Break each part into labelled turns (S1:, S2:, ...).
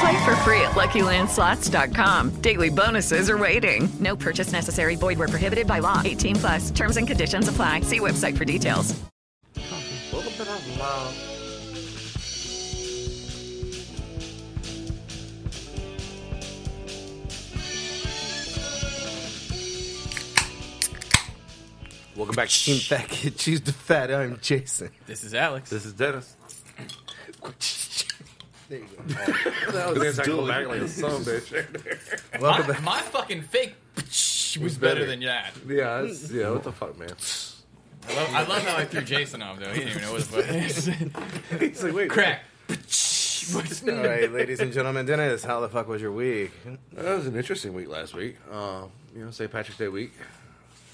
S1: Play for free at LuckyLandSlots.com. Daily bonuses are waiting. No purchase necessary. Void where prohibited by law. 18 plus. Terms and conditions apply. See website for details.
S2: Welcome back to Team Fat Kid. Choose the fat. I'm Jason.
S3: This is Alex.
S2: This is Dennis.
S3: That
S2: This is
S3: was
S2: dual-
S3: back like a son, bitch.
S2: Welcome
S3: my,
S2: back.
S3: my fucking fake
S2: It's
S3: was better,
S2: better.
S3: than that.
S2: Yeah, it's, yeah. What the fuck, man?
S3: I love, I love how I threw Jason off though. He didn't even know what the fuck.
S2: He's like, wait,
S3: Crack.
S2: All right, ladies and gentlemen, Dennis, how the fuck was your week?
S3: That
S2: was an interesting week last week. Uh, you know, St. Patrick's Day week.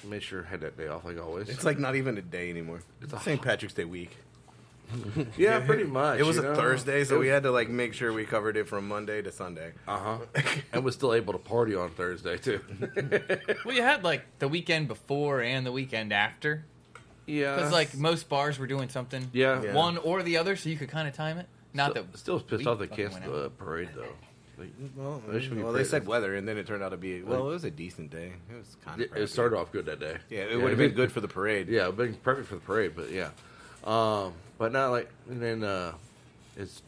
S2: Made sure had that day off like always. It's like not even a day anymore. It's St. Patrick's Day week.
S4: Yeah, pretty much,
S2: It was
S4: you
S2: a
S4: know?
S2: Thursday, so
S4: It
S2: we
S4: was-
S2: had to like make sure we covered it from Monday to Sunday. Uh huh.
S4: and was still able to party on Thursday too.
S3: Well, you had like the weekend before and the weekend after.
S4: Yeah.
S3: Because like most bars were doing something.
S4: Yeah. Yeah.
S3: One or the other, so you could kind of time it. Not
S4: Still-
S3: that
S4: still was pissed
S3: we
S4: off they
S3: fucking
S4: canceled
S3: went out.
S4: the parade though. Like,
S2: Well,
S4: I wish we could
S2: well,
S4: play
S2: they
S4: it.
S2: said weather, and then it turned out to be well. It was a decent day. It was kind
S4: It-
S2: of.
S4: it started off good that day.
S2: Yeah, it would have been
S4: did.
S2: good for the parade.
S4: Yeah, it would have been perfect for the parade, but yeah, um, but not like. And then uh, it's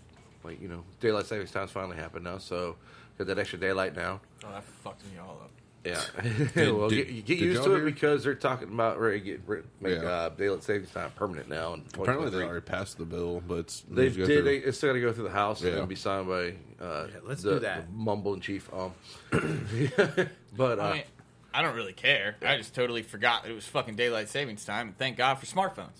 S4: like you know daylight savings time's finally happened now, so got that extra daylight now.
S3: Oh, that fucked me all up.
S4: Yeah,
S3: Did-
S4: well,
S3: did-
S4: get, you get
S3: did
S4: used
S3: y'all
S4: to it
S3: hear?
S4: because they're talking about ready to get rid- make
S5: Yeah.
S4: uh, daylight savings time permanent now. In
S5: Apparently, they
S4: 2023.
S5: already passed the bill, but it's,
S4: They
S5: it's go
S4: did.
S5: through.
S4: They, it's still got to go through the House
S5: Yeah.
S4: and be signed by uh,
S3: let's
S4: the,
S3: do that.
S4: the mumble in chief. Um, but uh,
S3: I mean, I don't really care. I just totally forgot it was fucking daylight savings time. And thank God for smartphones.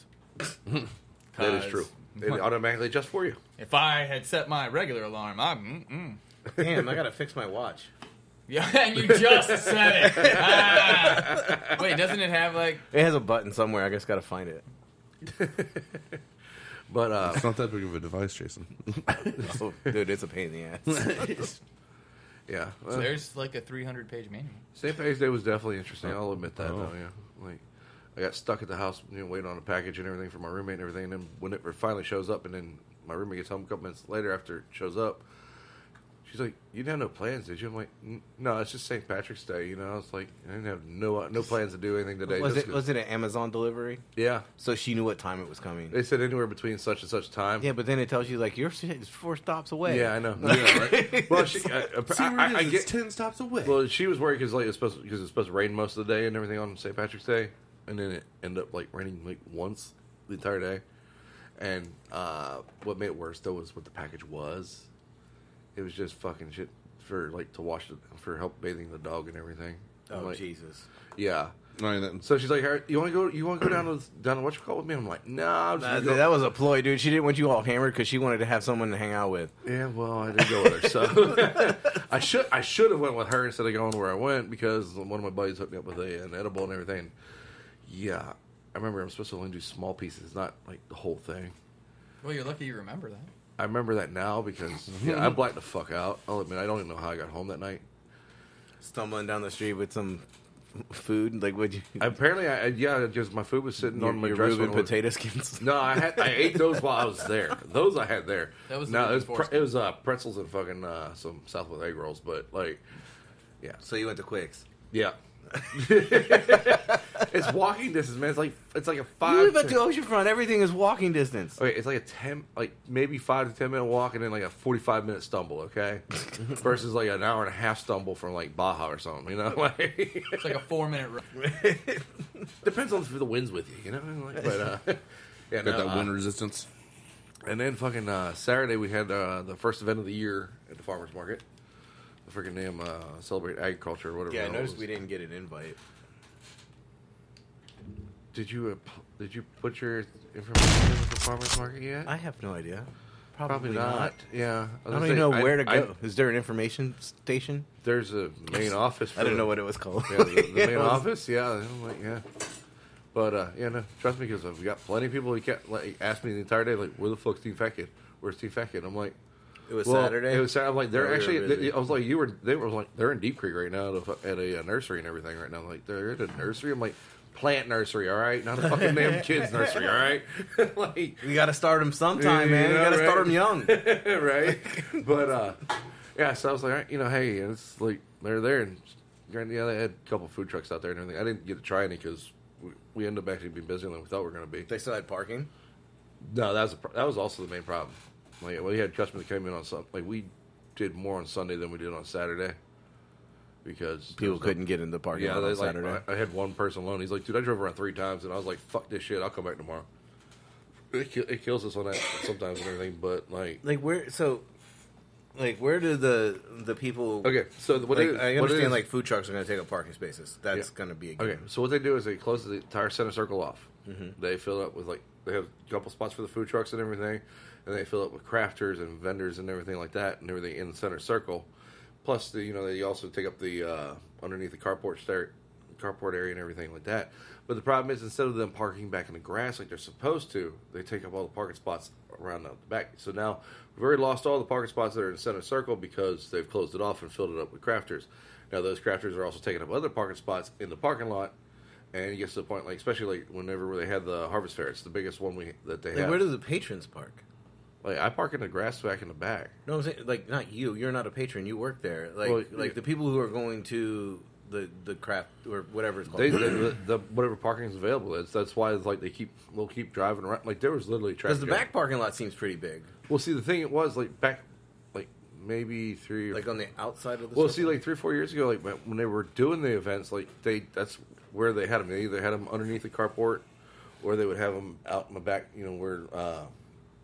S4: that is true. They automatically adjust for you.
S3: If I had set my regular alarm, I'm. Mm-mm.
S2: Damn, I gotta fix my watch.
S3: Yeah, and you just said it. Ah. Wait, doesn't it have like?
S2: It has a button somewhere. I just gotta find it.
S4: but uh,
S5: it's not that big of a device, Jason.
S2: Oh, dude, it's a pain in the ass.
S4: yeah.
S3: So there's like a 300 page manual.
S4: St. Patrick's Day was definitely interesting. I'll admit that
S3: Oh.
S4: though. Yeah, like I got stuck at the house, you know, waiting on a package and everything for my roommate and everything. And then when it finally shows up, and then my roommate gets home a couple minutes later after it shows up, she's like, "You didn't have no plans, did you?" I'm like, "N- "No, it's just St. Patrick's Day." You know, I was like, "I didn't have no uh, no plans to do anything today."
S2: was it
S4: just 'cause-
S2: was it an Amazon delivery?
S4: Yeah.
S2: So she knew what time it was coming.
S4: They said anywhere between such and such time.
S2: Yeah, but then it tells you like your shit is four stops away.
S4: Yeah, I know. Yeah, right. Well, she, I, I,
S2: See where it
S4: I,
S2: is,
S4: I
S2: it's
S4: get,
S2: 10 stops away.
S4: Well, she was worried because like it's supposed because it's supposed to rain most of the day and everything on St. Patrick's Day, and then it ended up like raining like once the entire day. And uh, what made it worse though was what the package was. It was just fucking shit for like to wash the, for help bathing the dog and everything. I'm
S2: Oh,
S4: like,
S2: Jesus.
S4: Yeah.
S5: I mean,
S4: so she's like, "All right, "You want to go? You want to go down to down to what you call with me?" I'm like, "No, I'm just
S2: Nah,
S4: gonna
S2: dude,
S4: go-
S2: that was a ploy, dude. She didn't want you all hammered because she wanted to have someone to hang out with.
S4: Yeah, well, I did go with her. So I should I should have went with her instead of going where I went because one of my buddies hooked me up with a, an edible and everything. Yeah, I remember I'm supposed to only do small pieces, not like the whole thing.
S3: Well, you're lucky you remember that.
S4: I remember that now because yeah, I blacked the fuck out. I'll admit I don't even know how I got home that night.
S2: Stumbling down the street with some food, like would you?
S4: Apparently, I, I- yeah, because my food was sitting
S2: Your-
S4: on my
S2: your
S4: dresser.
S2: Reuben
S4: when-
S2: potato skins?
S4: No, I had I ate those while I was there. Those I had there.
S3: That was the
S4: no,
S3: week
S4: it was,
S3: before
S4: pre-
S3: school.
S4: it was uh, pretzels and fucking uh, some Southwest egg rolls. But like, yeah.
S2: So you went to Quicks.
S4: Yeah. it's walking distance, man. It's like it's like a five.
S2: You live at the oceanfront. Everything is walking distance.
S4: Okay, it's like a ten, like maybe five to ten minute walk, and then like a forty-five minute stumble. Okay, versus like an hour and a half stumble from like Baja or something. You know, like
S3: It's like a four minute run.
S4: Depends on if the wind's with you, you know. Like, but uh, yeah,
S6: Got
S4: no,
S6: that
S4: uh,
S6: wind resistance.
S4: And then fucking uh, Saturday we had uh, the first event of the year at the farmers market. The freaking name uh, celebrate agriculture or whatever.
S3: Yeah, I
S4: the hell it
S3: noticed
S4: was.
S3: we didn't get an invite.
S4: Did you uh, p- did you put your information in with the farmers market yet?
S3: I have no idea.
S4: Probably, not. Yeah,
S3: I,
S4: was
S3: don't
S4: gonna
S3: even
S4: say,
S3: know
S4: I-
S3: where to
S4: I-
S3: go. Is there an information station?
S4: There's a main office.
S3: I didn't
S4: the-
S3: know what it was called.
S4: Yeah, the, the
S3: It
S4: main
S3: was-
S4: office. Yeah, I'm like, yeah. But uh, yeah, no, trust me, because I've got plenty of people who kept like asked me the entire day, like, "Where the fuck's Team Fat Kid? Where's Team Fat Kid?" I'm like,
S3: It was
S4: well,
S3: Saturday?
S4: It was Saturday. I'm like,
S3: Oh,
S4: they're
S3: we were
S4: actually.
S3: busy.
S4: they- I was like, you were. They were like, they're in Deep Creek right now at a, at a uh, nursery and everything right now. I'm like, they're at a nursery. I'm like, plant nursery, all right, not a fucking damn kids nursery, all right. like,
S3: we got to start them sometime, man. We
S4: Yeah,
S3: got to start
S4: right.
S3: them young.
S4: right? But uh, yeah, so I was like, all right, you know, hey, and it's like they're there, and granted, yeah, they had a couple food trucks out there and everything. I didn't get to try any because we, we ended up actually being busier than we thought we were going to be.
S3: They still had parking.
S4: No, that was a, pro- that was also the main problem. Like, we had customers that came in on Sun Like, we did more on Sunday than we did on Saturday because
S3: People couldn't get in the parking lot
S4: they,
S3: on
S4: like,
S3: Saturday.
S4: I, I had one person alone. He's like, dude, I drove around three times, and I was like, fuck this shit. I'll come back tomorrow. It, ki- it kills us on that sometimes and everything, but like,
S3: Like where? So, like where do the the people?
S4: Okay, so what
S3: like,
S4: it is-
S3: I
S4: what it
S3: understand
S4: is-
S3: like food trucks are going to take up parking spaces. That's
S4: Yeah.
S3: going to be a game.
S4: okay. So what they do is they close the entire center circle off.
S3: Mhm.
S4: They fill it up with like they have a couple spots for the food trucks and everything, and they fill it up with crafters and vendors and everything like that and everything in the center circle. Plus, the, you know, they also take up the uh, underneath the carport stair, carport area and everything like that. But the problem is instead of them parking back in the grass like they're supposed to, they take up all the parking spots around the back. So now we've already lost all the parking spots that are in the center circle because they've closed it off and filled it up with crafters. Now those crafters are also taking up other parking spots in the parking lot. And it gets to the point, like especially like whenever they had the harvest fair, it's the biggest one we that they
S3: Like,
S4: have.
S3: where do the patrons park?
S4: Like I park in the grass back in the back.
S3: No, I'm saying like not you. You're not a patron. You work there. Like
S4: Well,
S3: like
S4: yeah.
S3: the people who are going to the the craft or whatever it's called.
S4: They, they, the, the, whatever parking is available, that's that's why it's like they keep we'll keep driving around. Like there was literally traffic.
S3: because the
S4: jam.
S3: back parking lot seems pretty big.
S4: Well, see, the thing it was like back, like maybe three, or-
S3: Like on the outside of the. circle?
S4: well, see, like three or four years ago, like when- when they were doing the events, like they that's where they had them. They either had them underneath the carport, or they would have them out in the back. You know, where uh,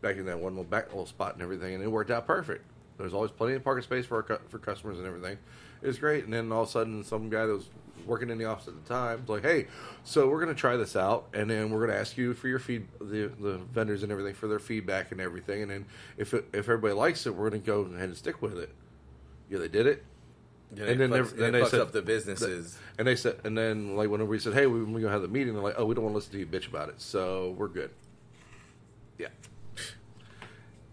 S4: back in that one little back little spot and everything, and it worked out perfect. There's always plenty of parking space for our, cu- for customers and everything. It was great, and then all of a sudden, some guy that was working in the office at the time was like, "Hey, so we're gonna try this out, and then we're gonna ask you for your feed the, the vendors and everything for their feedback and everything, and then if it, if everybody likes it, we're gonna go ahead and stick with it." Yeah, they did it.
S3: Yeah, it fucks- it fucks up the businesses.
S4: and they said, and then like whenever we said, "Hey, we, we're gonna have the meeting," they're like, "Oh, we don't want to listen to you bitch about it, so we're good." Yeah,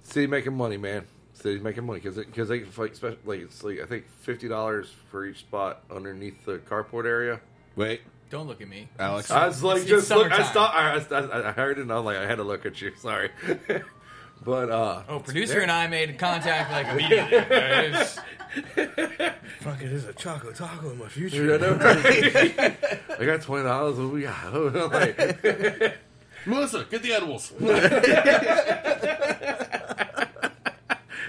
S4: city making money, man. City's making money because because they can fight. Special, like it's like I think fifty dollars for each spot underneath the carport area. Wait,
S2: Don't look at me,
S4: I was like,
S2: It's
S4: just look. I
S2: summertime.
S4: stopped. I, I, I heard it. and I'm like, I had to look at you. Sorry, but uh,
S2: Oh, producer and I made contact like immediately. It was-
S3: Fuck it, there's a choco taco in my
S4: Dude, I know, right? I got twenty dollars. What we got? Like-
S6: Melissa, get the edibles.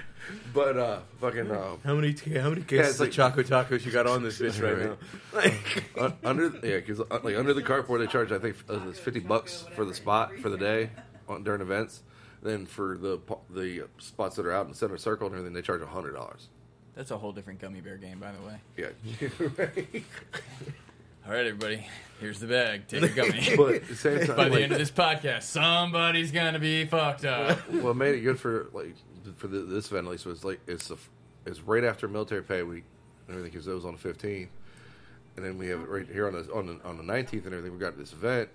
S4: but uh, fucking uh,
S3: How many t- how many
S4: Yeah,
S3: cases
S4: it's like-
S3: of Choco Tacos you got on this bitch right, now?
S4: Uh, under yeah, because like under the carport they charge I think uh, it's fifty bucks for the spot for the day on, during events. Then for the pa- the spots that are out in the center circle and everything, they charge hundred dollars.
S2: That's a whole different gummy bear game, by the way.
S4: Yeah.
S2: All right, everybody. Here's the bag. Take a gummy.
S4: But at the same time,
S2: by the
S4: like-
S2: end of this podcast, somebody's gonna be fucked up.
S4: what made it good for like for the, this event at least was like it's the, it's right after military pay week and everything because it was on the fifteenth, and then we have it right here on the on the on the nineteenth and everything. We got this event,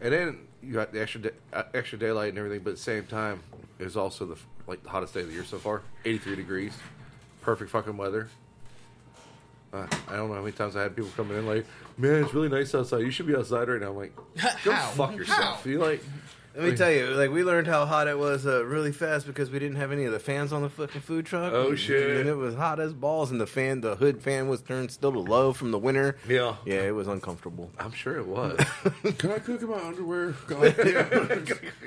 S4: and then you got the extra day, uh, extra daylight and everything. But at the same time, it was also the f- like the hottest day of the year so far, eighty three degrees, perfect fucking weather. Uh, I don't know how many times I had people coming in like, man, it's really nice outside. You should be outside right now. I'm like, go fuck yourself. You like,
S3: Let me tell you, like we learned how hot it was uh, really fast because we didn't have any of the fans on the fucking food truck.
S4: Oh, shit.
S3: And it was hot as balls, and the fan, the hood fan, was turned still to low from the winter.
S4: Yeah,
S3: yeah, it was uncomfortable.
S4: I'm sure it was.
S6: Can I cook in my underwear?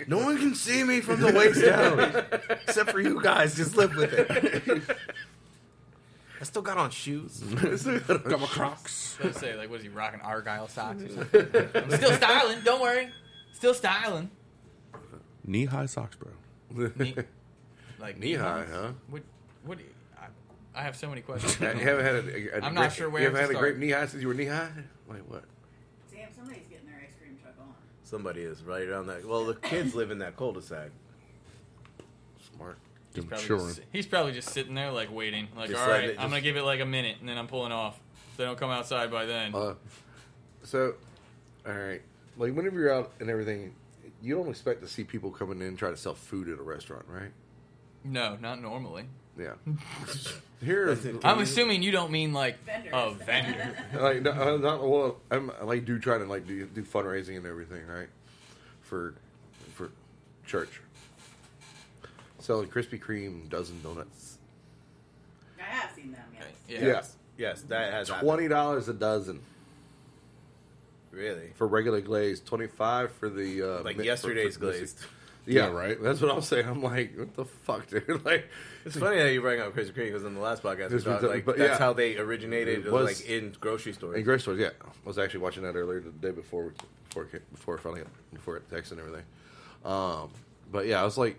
S3: no one can see me from the waist down, except for you guys. Just live with it. I still got on shoes.
S7: got my Crocs.
S2: Let's say, like, was he rocking Argyle socks? Or something? I'm still styling. Don't worry, still styling.
S4: Knee high socks, bro.
S2: Like
S4: knee high, huh?
S2: What? What? do you- I, I have so many questions.
S4: you haven't had a, a, a
S2: I'm
S4: great-
S2: not sure where
S4: You haven't
S2: to
S4: had a
S2: start.
S4: grape knee high since you were knee high. Like what?
S1: Damn, somebody's getting their ice cream truck on.
S3: Somebody is right around that. Well, the kids live in that cul-de-sac.
S4: Smart.
S2: He's probably, just, he's probably just sitting there, like waiting. Like,
S3: Just
S2: all
S3: letting
S2: right,
S3: it
S2: I'm
S3: just-
S2: gonna give it like a minute, and then I'm pulling off. If they don't come outside by then.
S4: Uh, so, all right. Like whenever you're out and everything, you don't expect to see people coming in and try to sell food at a restaurant, right?
S2: no, not normally.
S4: Yeah. Here,
S2: I'm assuming you don't mean like a vendor.
S4: like no, I'm not well. I'm I, like do try to like do, do fundraising and everything, right? For for church, selling Krispy Kreme dozen donuts.
S1: I have seen them, yes.
S4: Yeah.
S3: Yes, that has happened.
S4: twenty dollars a dozen
S3: Really?
S4: for regular glaze, twenty five for the uh,
S3: Like
S4: mi-
S3: yesterday's
S4: the missing-
S3: glazed.
S4: Yeah,
S3: Yeah.
S4: right. That's what I'm saying. I'm like, what the fuck, dude? like,
S3: It's funny that you bring up Krispy Kreme because in the last podcast we
S4: This was
S3: talked
S4: a-
S3: like
S4: but
S3: that's
S4: yeah.
S3: how they originated,
S4: It was-
S3: like in grocery stores.
S4: In grocery stores, yeah. I was actually watching that earlier the day before before it came- before finding it before it texted and everything. Um, but yeah, I was like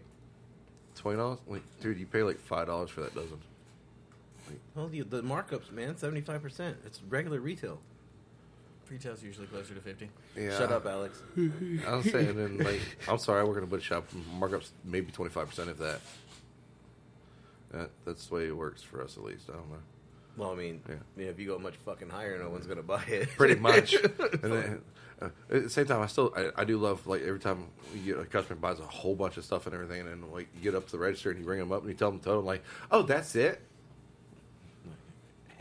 S4: twenty dollars. Like, dude, you pay like five dollars for that dozen.
S3: well, the, the markups, man, seventy five percent. It's regular retail.
S2: Retail's usually closer to fifty.
S4: Yeah.
S3: Shut up, Alex.
S4: I was saying, and like, I'm sorry, I work in a butcher shop. Markups maybe twenty five percent of that. That that's the way it works for us, at least. I don't know.
S3: Well, I mean, yeah, if you go much fucking higher, no one's gonna buy it.
S4: pretty much. and then, uh, at the same time, I still I, I do love like every time you get a customer buys a whole bunch of stuff and everything, and then like you get up to the register and you bring them up and you tell them total like, oh, that's it.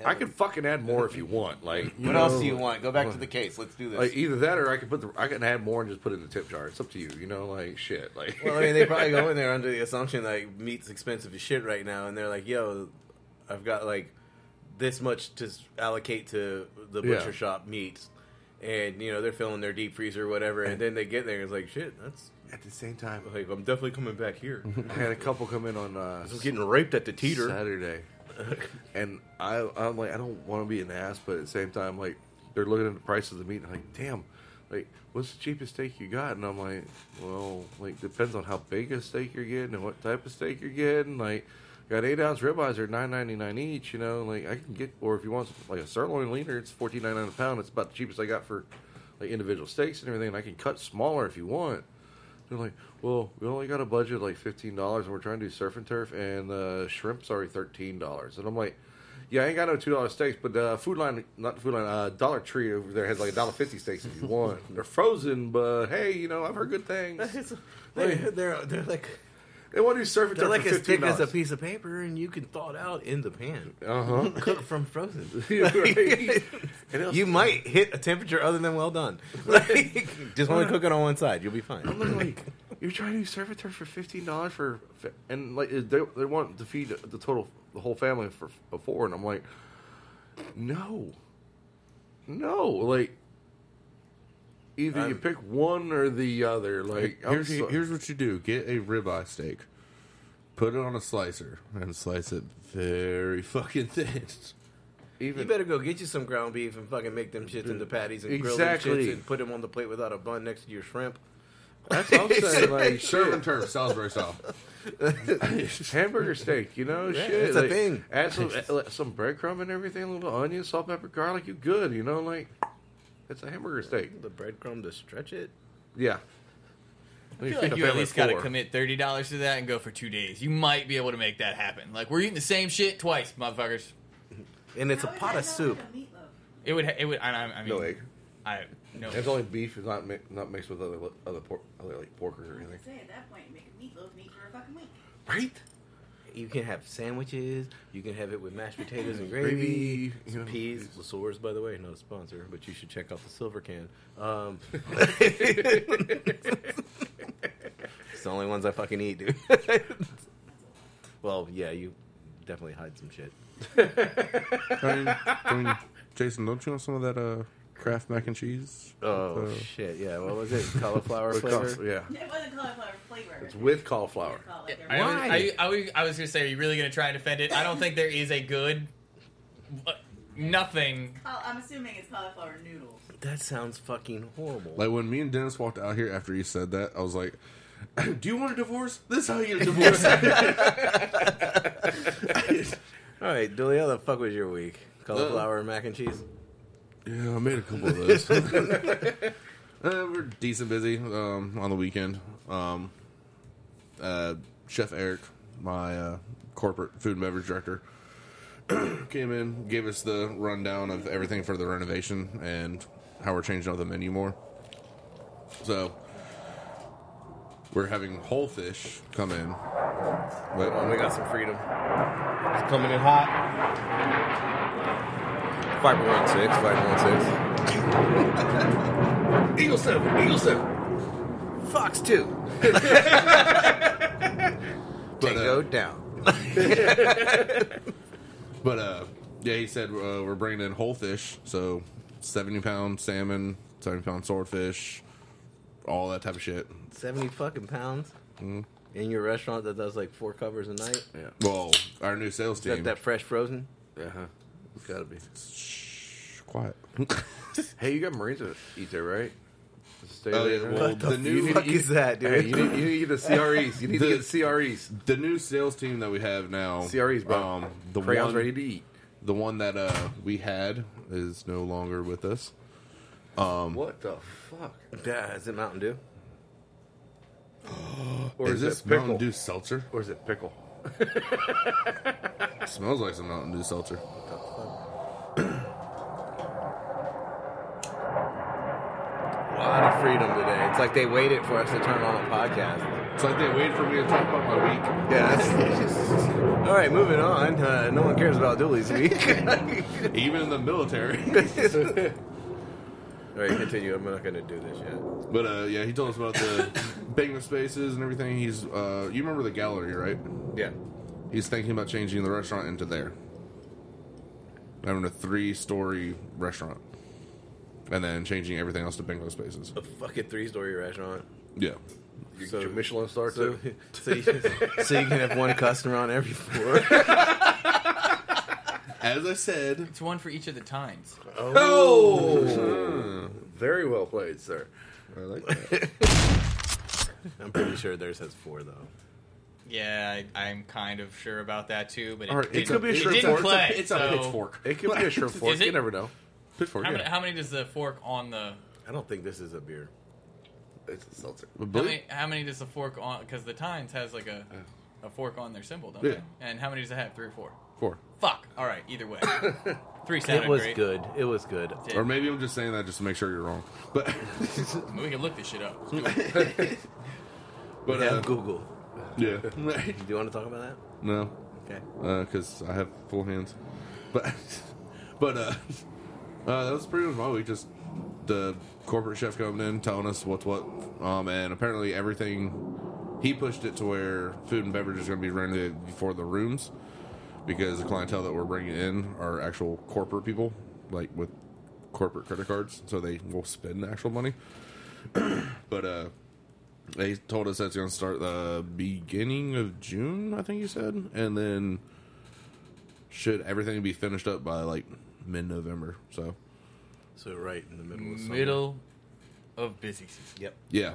S4: I can fucking add more if you want. Like, you
S3: What else
S4: know,
S3: do you want? Go back to
S4: like-
S3: the case. Let's do this.
S4: Like e- either that or I can put the I can add more and just put it in the tip jar. It's up to you. You know, like shit. Like
S3: well, I mean, they probably go in there under the assumption like meat's expensive as shit right now, and they're like, "Yo, I've got like this much to s- allocate to the
S4: Yeah.
S3: butcher shop meats," and you know they're filling their deep freezer or whatever, and then they get there and it's like, "Shit, that's."
S4: At the same time,
S3: like I'm definitely coming back here.
S4: I had a couple come in on uh,
S3: This is getting raped at the teeter.
S4: Saturday, and I, I'm like, I don't want to be an ass, but at the same time, like they're looking at the price of the meat, and like, damn, like what's the cheapest steak you got? And I'm like, well, like depends on how big a steak you're getting and what type of steak you're getting. Like, got eight ounce ribeyes are nine ninety nine each. You know, like I can get, or if you want like a sirloin leaner, it's fourteen ninety nine a pound. It's about the cheapest I got for like individual steaks and everything. And I can cut smaller if you want. They're like, well, we only got a budget of like fifteen dollars, and we're trying to do surf and turf, and uh, shrimp's already thirteen dollars. And I'm like, yeah, I ain't got no two dollar steaks, but uh, food line, not food line, uh, Dollar Tree over there has like a dollar fifty steaks if you want. They're frozen, but hey, you know, I've heard good things.
S3: Oh, They, they're they're like
S4: they want to do surf and
S3: they're
S4: turf
S3: like
S4: for
S3: as thick
S4: fifteen
S3: as a
S4: dollars.
S3: piece of paper, and you can thaw it out in the pan.
S4: Uh-huh.
S3: Cook from frozen.
S4: Right.
S3: you might hit a temperature other than well done. Like, just only cook it on one side. You'll be fine.
S4: I'm like, you're trying to do surf and turf for fifteen dollars for, and like they they want to feed the total the whole family for for four, and I'm like, no, no, like either you
S7: I'm-
S4: pick one or the other. Like I'm
S7: here's,
S4: so-
S7: here's what you do: get a ribeye steak, put it on a slicer, and slice it very fucking thin.
S3: you better go get you some ground beef and fucking make them shits into patties and grill them
S7: Exactly.
S3: shits and put them on the plate without a bun next to your shrimp.
S4: That's what I'm saying. Like
S7: Surf and turf, Salisbury style.
S4: hamburger steak, you know,
S3: Yeah,
S4: shit.
S3: it's a
S4: like,
S3: thing.
S4: Add some add some breadcrumb and everything, a little onion, salt, pepper, garlic. You good, you know, like it's a hamburger steak.
S3: The breadcrumb to stretch it.
S4: Yeah.
S2: I feel like you at least got to commit thirty dollars to that and go for two days. You might be able to make that happen. Like we're eating the same shit twice, motherfuckers.
S3: And it's a pot of soup.
S2: It would. It would. I, I mean,
S4: No egg.
S2: I no.
S4: It's only beef. It's not mi- not mixed with other other pork, other like pork or anything.
S1: Say at that point, you make a meatloaf meat for a fucking week.
S3: Right? You can have sandwiches. You can have it with mashed potatoes and
S4: Gravy,
S3: gravy,
S4: you
S3: some
S4: know.
S3: peas. Lasores, by the way, not a sponsor, but you should check out the silver can. Um, it's the only ones I fucking eat, dude. well, yeah, you definitely hide some shit.
S7: I mean, I mean, Jason, don't you want some of that uh, Kraft mac and cheese?
S3: Oh
S7: With, uh,
S3: shit! Yeah, what was it? Cauliflower
S7: With
S3: flavor.
S7: cauliflower, yeah.
S1: It wasn't cauliflower flavor.
S4: It's with cauliflower.
S1: Cauliflower.
S2: I, was- I, I was- I was gonna say, are you really gonna try and defend it? I don't think there is a good uh,
S4: nothing.
S8: Caul- I'm assuming it's cauliflower noodles.
S3: That sounds fucking horrible.
S7: Like when me and Dennis walked out here after you said that, I was like, "Do you want a divorce? This is how you get a divorce."
S3: All right, Dooley, how the fuck was your week? Cauliflower and mac and cheese.
S7: yeah, I made a couple of those. uh, we're decent busy um, on the weekend. Um, uh, Chef Eric, my uh, corporate food and beverage director, came in, gave us the rundown of everything for the renovation and how we're changing up the menu more. So we're having whole fish come in. Wait,
S3: Oh, we got some freedom. It's coming in hot. Five one six, five one six. Eagle seven, Eagle seven, Fox two.
S7: Tango
S3: down.
S7: But uh, yeah, he said uh, we're bringing in whole fish, so seventy pound salmon, seventy pound swordfish, all that type of shit.
S3: Seventy fucking pounds
S7: Mm.
S3: in your restaurant that does like four covers a night. Yeah.
S7: Well, our new sales
S3: Is that
S7: team.
S3: that fresh frozen? Uh
S4: Uh-huh.
S3: huh. It's gotta be.
S7: Quiet.
S9: hey, you got Marines that eat there, right? Stay
S7: Oh, yeah,
S9: there.
S7: well, the, new
S9: you need to eat- Hey, you, need, you need to get the CREs. You need to get
S7: CREs. The new sales team that we have now. um,
S9: CREs, bro.
S7: the
S9: Crayons
S7: one
S9: ready to eat.
S7: The one that uh, we had is no longer with us. Um,
S3: What the fuck? Yeah, is it Mountain Dew?
S7: Or is,
S3: it
S7: this
S3: pickle?
S7: Mountain Dew seltzer?
S3: Or is it pickle?
S7: smells like some Mountain Dew seltzer.
S3: A lot of freedom today. It's like they waited for us to turn on a podcast.
S7: It's like they waited for me to talk about my week.
S3: Yeah. that's- All right, moving on. Uh, no one cares about Dooley's week.
S7: Even in the military.
S3: All right, continue. I'm not going to do this yet.
S7: But uh, yeah, he told us about the banquet spaces and everything. He's uh, you remember the gallery, right?
S3: Yeah.
S7: He's thinking about changing the restaurant into there, having a three-story restaurant, and then changing everything else to banquet spaces.
S3: A fucking three-story restaurant.
S7: Yeah.
S9: You get your Michelin star
S3: so-
S9: too.
S3: So you, so you can have one customer on every floor.
S7: As I said,
S4: it's one for each of the times.
S3: Oh, very well played, sir.
S7: I like
S3: that. I'm pretty sure theirs has four though.
S4: Yeah, I, I'm kind of sure about that too. But it,
S3: All right, it
S4: didn't-
S3: could be a
S4: it
S3: sure
S4: didn't
S3: fork. It's a-
S4: play.
S3: it's a
S4: so-
S3: pitchfork. It could be a sure fork.
S4: Is it?
S3: You never know.
S7: Pitchfork,
S4: How
S3: yeah.
S4: many, how many does the fork on the?
S3: I don't think this is a beer. It's a seltzer.
S4: How many, how many does the fork on? Because the Times has like a a fork on their symbol, don't
S7: Yeah.
S4: they? And how many does it have? Three or four?
S7: Four.
S4: Fuck. All right. Either way, three sounded
S3: It was
S4: great.
S3: good. It was good.
S7: Or maybe I'm just saying that just to make sure you're wrong. But
S4: I mean, we can look this shit up.
S7: but
S3: We have
S7: uh,
S3: Google.
S7: Yeah.
S3: Do you want to talk about that?
S7: No.
S3: Okay.
S7: Because Uh, I have full hands. But, but uh, uh, that was pretty much my week. Just the corporate chef coming in, telling us what's what. Um, and apparently everything he pushed it to where food and beverage is going to be rented before the rooms, because the clientele that we're bringing in are actual corporate people, like with corporate credit cards, so they will spend the actual money. but uh, they told us that's going to start the beginning of June, I think you said, and then should everything be finished up by like mid-November? So
S3: So right in the middle of summer.
S4: Middle of busy season.
S3: Yep.
S7: yeah.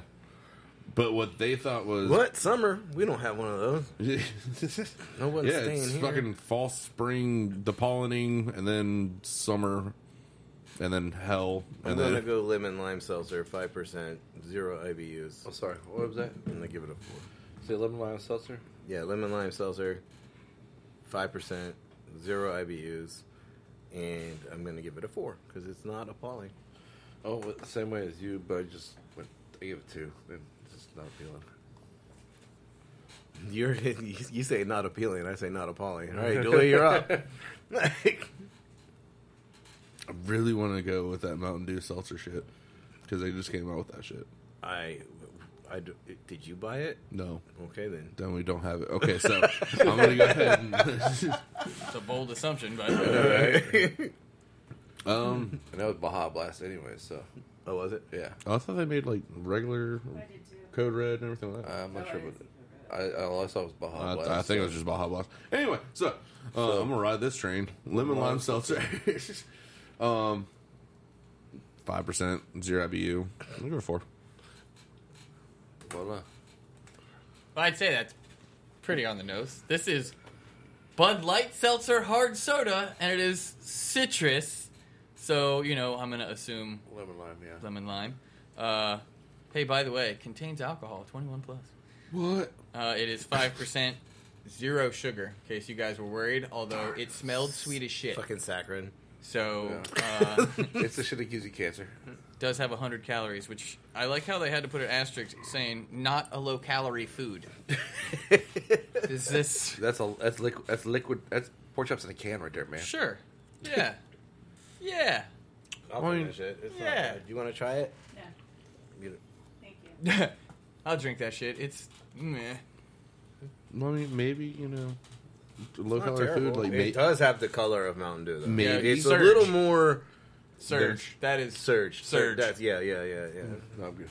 S7: But what they thought was
S3: What summer? We don't have one of those.
S7: no
S3: one's
S7: yeah,
S3: staying
S7: it's
S3: here.
S7: fucking fall, spring, the pollinating, and then summer, and then hell,
S3: I'm
S7: and
S3: gonna
S7: then
S3: go lemon lime seltzer, five percent, zero IBUs. I'm sorry, what was that? I'm gonna give it a four. Say lemon lime seltzer. Yeah, lemon lime seltzer, five percent, zero IBUs, and I'm gonna give it a four because it's not appalling.
S9: Oh, well, the same way as you, but I just went, I gave it two, and it's just not appealing.
S3: You're you say not appealing, I say not appalling. All right, Dooley, you're up.
S7: I really want to go with that Mountain Dew seltzer shit because they just came out with that shit.
S3: I, I d- did you buy it?
S7: No,
S3: Okay then.
S7: then we don't have it. Okay, so I'm gonna go ahead. And
S4: It's a bold assumption, but
S7: um,
S9: and that was Baja Blast anyway, so.
S3: Oh, was it?
S9: Yeah.
S7: I thought they made like regular Code Red and everything like that.
S9: I'm not sure, but I, all I saw was Baja
S7: I,
S9: Blast.
S7: I think it was just Baja Blast. Anyway, so, uh, I'm gonna ride this train. Lemon lime seltzer. um, five percent, zero IBU. I'm going four.
S9: Voila.
S4: Well, I'd say that's pretty on the nose. This is Bud Light Seltzer Hard Soda, and it is citrus. So, you know, I'm going to assume
S9: lemon lime, yeah.
S4: Lemon lime. Uh, hey, by the way, it contains alcohol, 21 plus.
S7: What?
S4: Uh, it is 5%, zero sugar, in case you guys were worried, although it smelled sweet as shit.
S3: Fucking saccharin.
S4: So,
S9: Yeah.
S4: uh,
S9: it's the shit that gives you cancer.
S4: does have 100 calories, which I like how they had to put an asterisk saying not a low calorie food. Is this?
S9: That's a that's liquid. That's liquid. That's pork chops in a can right there, man.
S4: Sure. Yeah. Yeah.
S3: I'll
S9: Well,
S3: finish it. It's not
S4: yeah.
S3: bad. Do you want to try it?
S8: Yeah.
S3: Get it.
S4: I'll drink that shit. It's meh.
S7: I mean, maybe you know, low
S3: Not
S7: calorie food
S3: terrible.
S7: like
S3: it
S7: may-
S3: does have the color of Mountain Dew. Though.
S7: Maybe.
S3: it's
S7: Surge.
S3: a little more
S4: Surge. That is
S3: surge.
S4: surge.
S3: That's yeah, yeah, yeah, yeah.
S9: No, I'm good.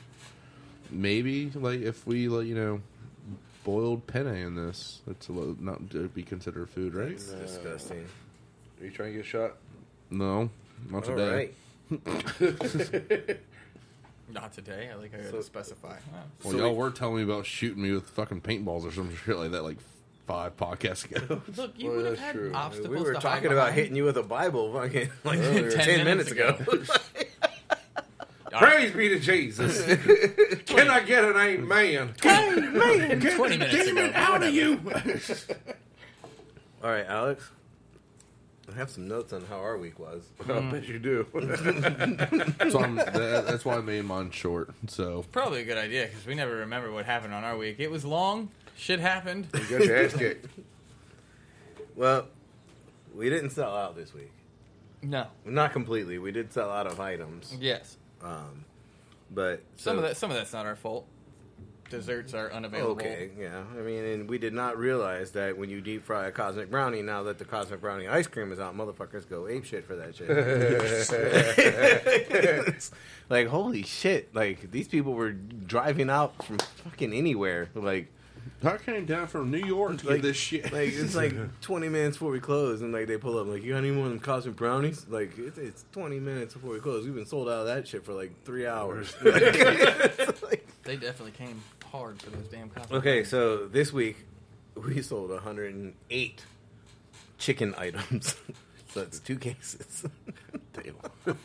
S7: maybe like if we like you know boiled penne in this, it's a little, not it'd be considered food, right?
S3: It's disgusting.
S9: Are you trying to get a shot?
S7: No, not
S3: All
S7: today.
S4: Not today. I like how you had to specify.
S7: Well, y'all were telling me about shooting me with fucking paintballs or some shit like that, like five podcasts ago.
S4: Look, you
S3: Well,
S4: would have
S3: that's
S4: had
S3: true. I mean,
S4: obstacles.
S3: We were
S4: to
S3: talking
S4: hide
S3: about
S4: behind.
S3: hitting you with a Bible fucking like
S4: Earlier.
S3: 10, minutes, ago.
S9: Praise be to Jesus. Can I get an amen? Amen.
S4: Twenty minutes ago.
S3: All right, Alex. I have some notes on how our week was.
S9: I
S4: Mm.
S9: bet you do.
S7: so I'm, that, that's why I made mine short. So
S4: Probably a good idea because we never remember what happened on our week. It was long. Shit happened.
S9: You got your ass kicked.
S3: Well, we didn't sell out this week.
S4: No.
S3: Not completely. We did sell out of items.
S4: Yes.
S3: Um, but
S4: Some
S3: so-
S4: of that. Some of that's not our fault. Desserts are unavailable.
S3: Okay, yeah. I mean, and we did not realize that when you deep fry a cosmic brownie, now that the cosmic brownie ice cream is out, motherfuckers go ape shit for that shit. like, holy shit! Like these people were driving out from fucking anywhere. Like,
S7: I came down from New York to get
S3: Like-
S7: this shit.
S3: like it's like twenty minutes before we close, and like they pull up, like, you got any more of them cosmic brownies? Like, it's, it's twenty minutes before we close. We've been sold out of that shit for like three hours.
S4: They definitely came hard for those damn coffee.
S3: Okay, so this week we sold 108 chicken items. so that's two cases.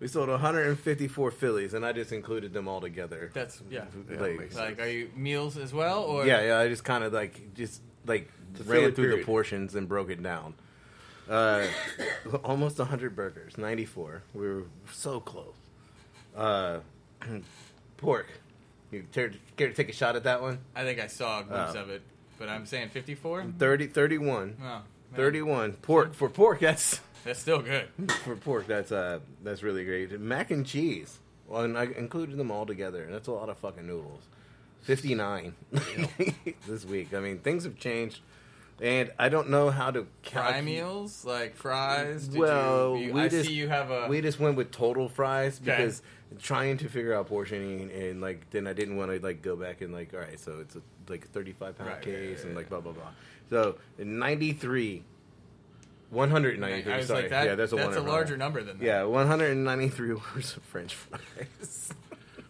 S3: we sold 154 Phillies, and I just included them all together.
S4: That's yeah.
S3: like,
S4: Like, are you meals as well, or
S3: yeah, yeah. I just kind of like just like
S9: The Philly
S3: ran through the
S9: period.
S3: portions and broke it down. Uh, almost 100 burgers, 94. We were so close. Uh, pork. You care care to take a shot at that one?
S4: I think I saw glimpse
S3: Oh.
S4: of it, but I'm saying 54.
S3: 30, 31.
S4: Oh, man.
S3: 31. Pork for pork. That's
S4: That's still good.
S3: for pork. That's uh that's really great. Mac and cheese. Well, and I included them all together, and that's a lot of fucking noodles. Fifty nine this week. I mean, things have changed, and I don't know how to
S4: Fry
S3: calcu-
S4: meals like fries. Did
S3: Well,
S4: you, you,
S3: we
S4: I
S3: just
S4: see you have a.
S3: we just went with total fries
S4: Okay.
S3: because trying to figure out portioning and like then I didn't want to like go back and like all right, so it's a, like a thirty-five pound
S4: Right, right,
S3: case
S4: right,
S3: and like blah blah blah. So ninety-three. 193,
S4: I was
S3: sorry.
S4: like that.
S3: yeah, that's a,
S4: that's a
S3: wonderful
S4: larger
S3: one.
S4: number than that.
S3: Yeah, 193 words of French fries.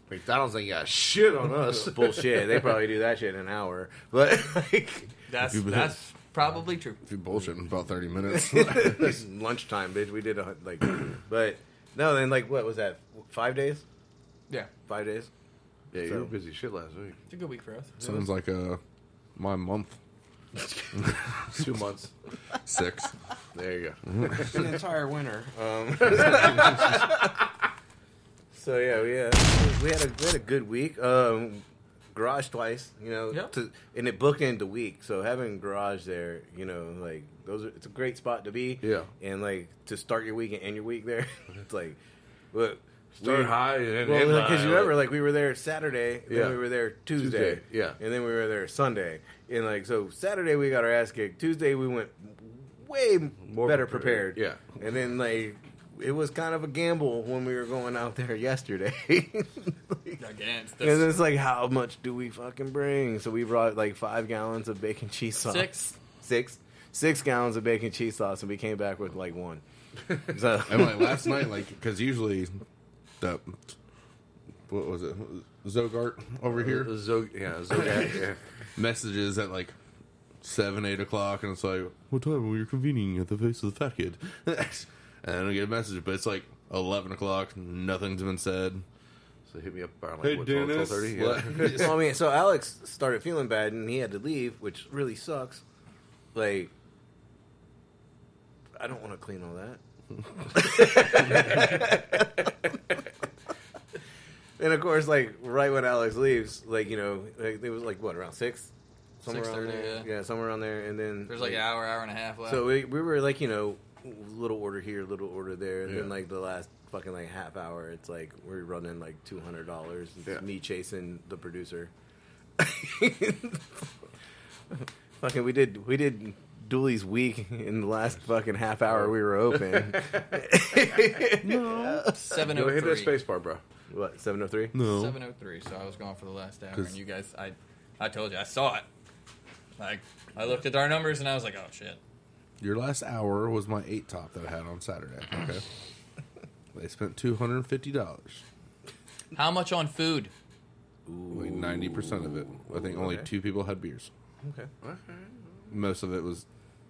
S9: McDonald's ain't got shit on us.
S3: Bullshit. They probably do that shit in an hour. But, like,
S4: That's
S7: You bet.
S4: that's probably true.
S7: If you bullshit in about thirty minutes.
S3: it's lunchtime, bitch. We did a, hun- like, but, no, then, like, what was that? Five days?
S4: Yeah,
S3: Five days?
S9: Yeah, you
S3: So-
S9: were busy shit last week.
S4: it's a good week for us.
S7: Sounds like uh, my month
S9: Two months.
S7: six.
S9: There you go.
S3: An entire winter. Um, so, yeah, we had, we, had a, we had a good week. Um, garage twice, you know,
S4: Yep.
S3: to, and it bookended the week. So, having garage there, you know, like, those are, it's a great spot to be.
S9: Yeah.
S3: and like to start your week and end your week there. it's like, look,
S9: Start
S3: we-
S9: high and
S3: well,
S9: end
S3: because
S9: high,
S3: you remember,
S9: like-
S3: like we were there Saturday,
S9: Yeah.
S3: then we were there Tuesday,
S9: Tuesday, yeah.
S3: and then we were there Sunday, and like so Saturday we got our ass kicked. Tuesday we went way
S9: More
S3: better
S9: prepared,
S3: prepared,
S9: yeah.
S3: and then like. It was kind of a gamble when we were going out there yesterday. Like,
S4: Against this.
S3: And it's like, how much do we fucking bring? So we brought like five gallons of bacon cheese sauce.
S4: Six.
S3: Six? Six gallons of bacon cheese sauce, and we came back with like one. So
S7: and like last night, like because usually the what was it Zogart over here?
S9: Zog, yeah, Zogart, yeah.
S7: Messages at like seven, eight o'clock, and it's like, what time were you convening at the face of the fat kid? and then I get a message, but it's like eleven o'clock. Nothing's been said.
S9: So hit me up around
S3: like, what, 12, 12:30?
S9: Yeah.
S3: so, I mean, so Alex started feeling bad and he had to leave, which really sucks. Like, I don't want to clean all that. and of course, like right when Alex leaves, like you know, like, it was like what around six, somewhere around
S4: 6:30,
S3: there,
S4: yeah.
S3: somewhere around there, and then
S4: There's like an hour, hour and a half left.
S3: So we we were like you know, little order here, little order there, and
S4: Yeah.
S3: then like the last fucking like half hour, it's like we're running like two hundred dollars. Me chasing the producer. fucking, we did we did Dooley's week in the last fucking half hour we were open.
S4: no. Seven
S3: Yo,
S4: oh
S3: hit
S4: three.
S3: that space bar, bro. What seven oh three?
S4: Seven oh three. So I was gone for the last hour,
S3: 'Cause-
S4: and you guys, I, I told you, I saw it. Like I looked at our numbers, and I was like, oh shit.
S7: Your last hour was my eight top that I had on Saturday. Okay, they spent two hundred and fifty dollars.
S4: How much on food?
S7: Like ninety percent of it. I think only
S4: Okay.
S7: two people had beers.
S3: Okay.
S7: Most of it was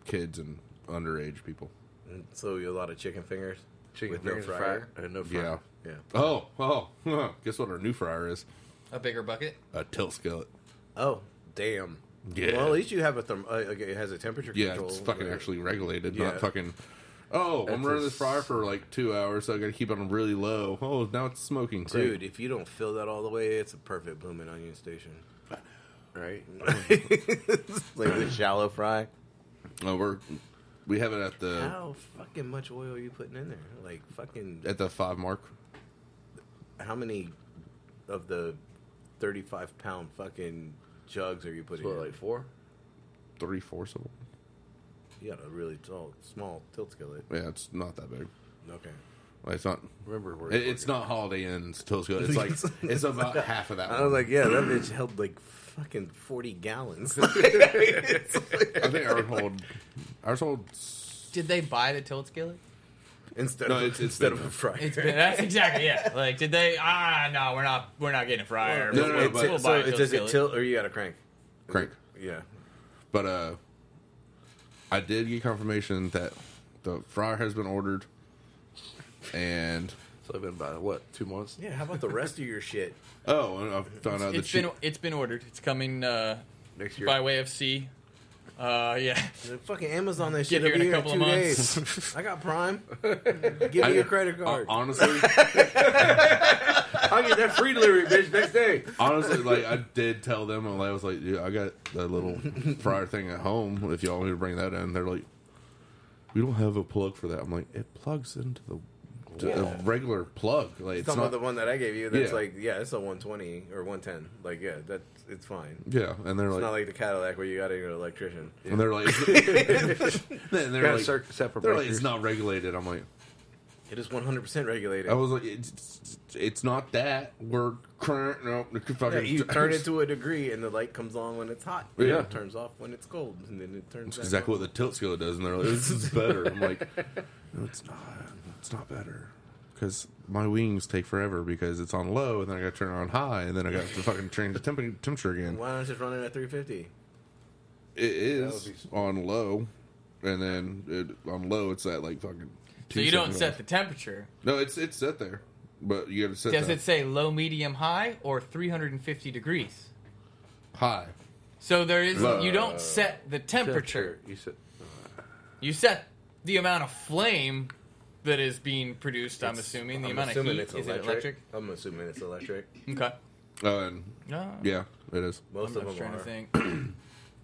S7: kids and underage people.
S3: And So you a lot of chicken fingers.
S9: Chicken
S3: with
S9: fingers,
S3: no fryer.
S9: fryer, and no
S7: Yeah.
S9: fryer. Yeah.
S7: Oh, oh. huh. Guess what our new fryer is?
S4: A bigger bucket.
S7: A tilt skillet.
S3: Oh, damn.
S7: Yeah.
S3: Well, at least you have a therm. Uh, okay, it has a temperature
S7: Yeah,
S3: control.
S7: it's fucking
S3: but-
S7: actually regulated,
S3: Yeah.
S7: not fucking. Oh,
S3: That's
S7: I'm running
S3: a
S7: this fryer for like two hours, so I gotta keep it on really low. Oh, now it's smoking. Great.
S3: Dude, if you don't fill that all the way, it's a perfect blooming onion station. Right? like the shallow fry.
S7: Oh, we're we have it at the
S3: How fucking much oil are you putting in there? Like fucking.
S7: at the five mark.
S3: How many of the thirty-five pound fucking jugs are you putting?
S9: what,
S3: in?
S9: like four?
S7: Three fourths of
S3: You got a really tall, small tilt skillet.
S7: Yeah, it's not that big.
S3: Okay.
S7: Like, it's not.
S3: Remember where
S7: it, it's not Holiday Inn's tilt skillet. It's like it's about half of that.
S3: I
S7: one.
S3: was like, yeah, that bitch held like fucking forty gallons.
S7: I think ours hold ours hold
S4: Did they buy the tilt skillet?
S3: instead
S7: No,
S3: of
S7: it's- it's
S3: instead
S7: been-
S3: of a fryer.
S4: It's been, that's exactly yeah. Like, did they? Ah, no, we're not. We're not getting a fryer.
S7: No, no, no,
S4: We'll-
S7: but-
S4: we'll
S3: so
S4: buy a
S3: it,
S4: tilt
S3: does it
S4: skillet.
S3: tilt or you got a crank?
S7: crank.
S3: Yeah.
S7: But uh, I did get confirmation that the fryer has been ordered, and
S9: so I've been by what two months?
S3: Yeah. How about the rest of your shit?
S7: Oh, and I've found out that
S4: It's
S7: she,
S4: been it's been ordered. It's coming uh,
S9: next year
S4: by way of sea. Uh, yeah.
S3: The fucking Amazon that
S4: Get
S3: shit will
S4: here
S3: be
S4: in a
S3: here in
S4: couple
S3: two
S4: of months.
S3: days. I got Prime. Give
S7: I-
S3: me your credit card.
S7: hon- honestly,
S9: I get that free delivery, bitch, next day.
S7: honestly, like I did tell them, I was like, dude, I got that little fryer thing at home. If y'all want me to bring that in, they're like, we don't have a plug for that. I'm like, it plugs into the to
S3: Yeah.
S7: a regular plug. Like it's,
S3: It's not
S7: not
S3: the one that I gave you. That's
S7: Yeah.
S3: like, yeah, it's a 120 or 110. Like, yeah, that's it's fine.
S7: Yeah, and they're
S3: it's
S7: like-
S3: not like the Cadillac where you got an electrician.
S7: And they're like, and they're
S3: Got
S7: like,
S3: circ- separate
S7: they're like, it's
S3: breakers.
S7: not regulated. I'm like,
S3: It is 100 percent regulated.
S7: I was like, it's, it's not that. We're current. No, it could
S3: Yeah,
S7: fucking
S3: you turn it to a degree, and the light comes on when it's hot. and
S7: Yeah.
S3: it turns off when it's cold, and then it turns.
S7: It's
S3: back
S7: exactly
S3: on.
S7: what the tilt skillet does, and they're like, "This is better." I'm like, "No, it's not. It's not better." Because my wings take forever because it's on low, and then I got to turn it on high, and then I got to fucking change the temp- temperature again.
S3: Why don't you just run it at 350?
S7: It is
S3: That
S7: on low, and then it, on low it's at like fucking.
S4: So
S7: two
S4: you don't
S7: seconds.
S4: set the temperature.
S7: No, it's it's set there, but you got to set
S4: Does
S7: the
S4: it say low, medium, high, or 350 degrees?
S7: high.
S4: So there is
S7: Low.
S4: you don't set the temperature.
S9: You said
S3: uh,
S4: You set the amount of flame that is being produced. I'm
S3: It's-
S4: assuming the
S3: I'm
S4: amount
S3: assuming
S4: of heat
S3: it's
S4: is it electric.
S3: I'm assuming it's electric.
S4: Okay.
S7: Oh, and
S4: No.
S7: yeah, it is.
S3: Most
S4: I'm
S3: of them
S4: trying
S3: are.
S4: to think.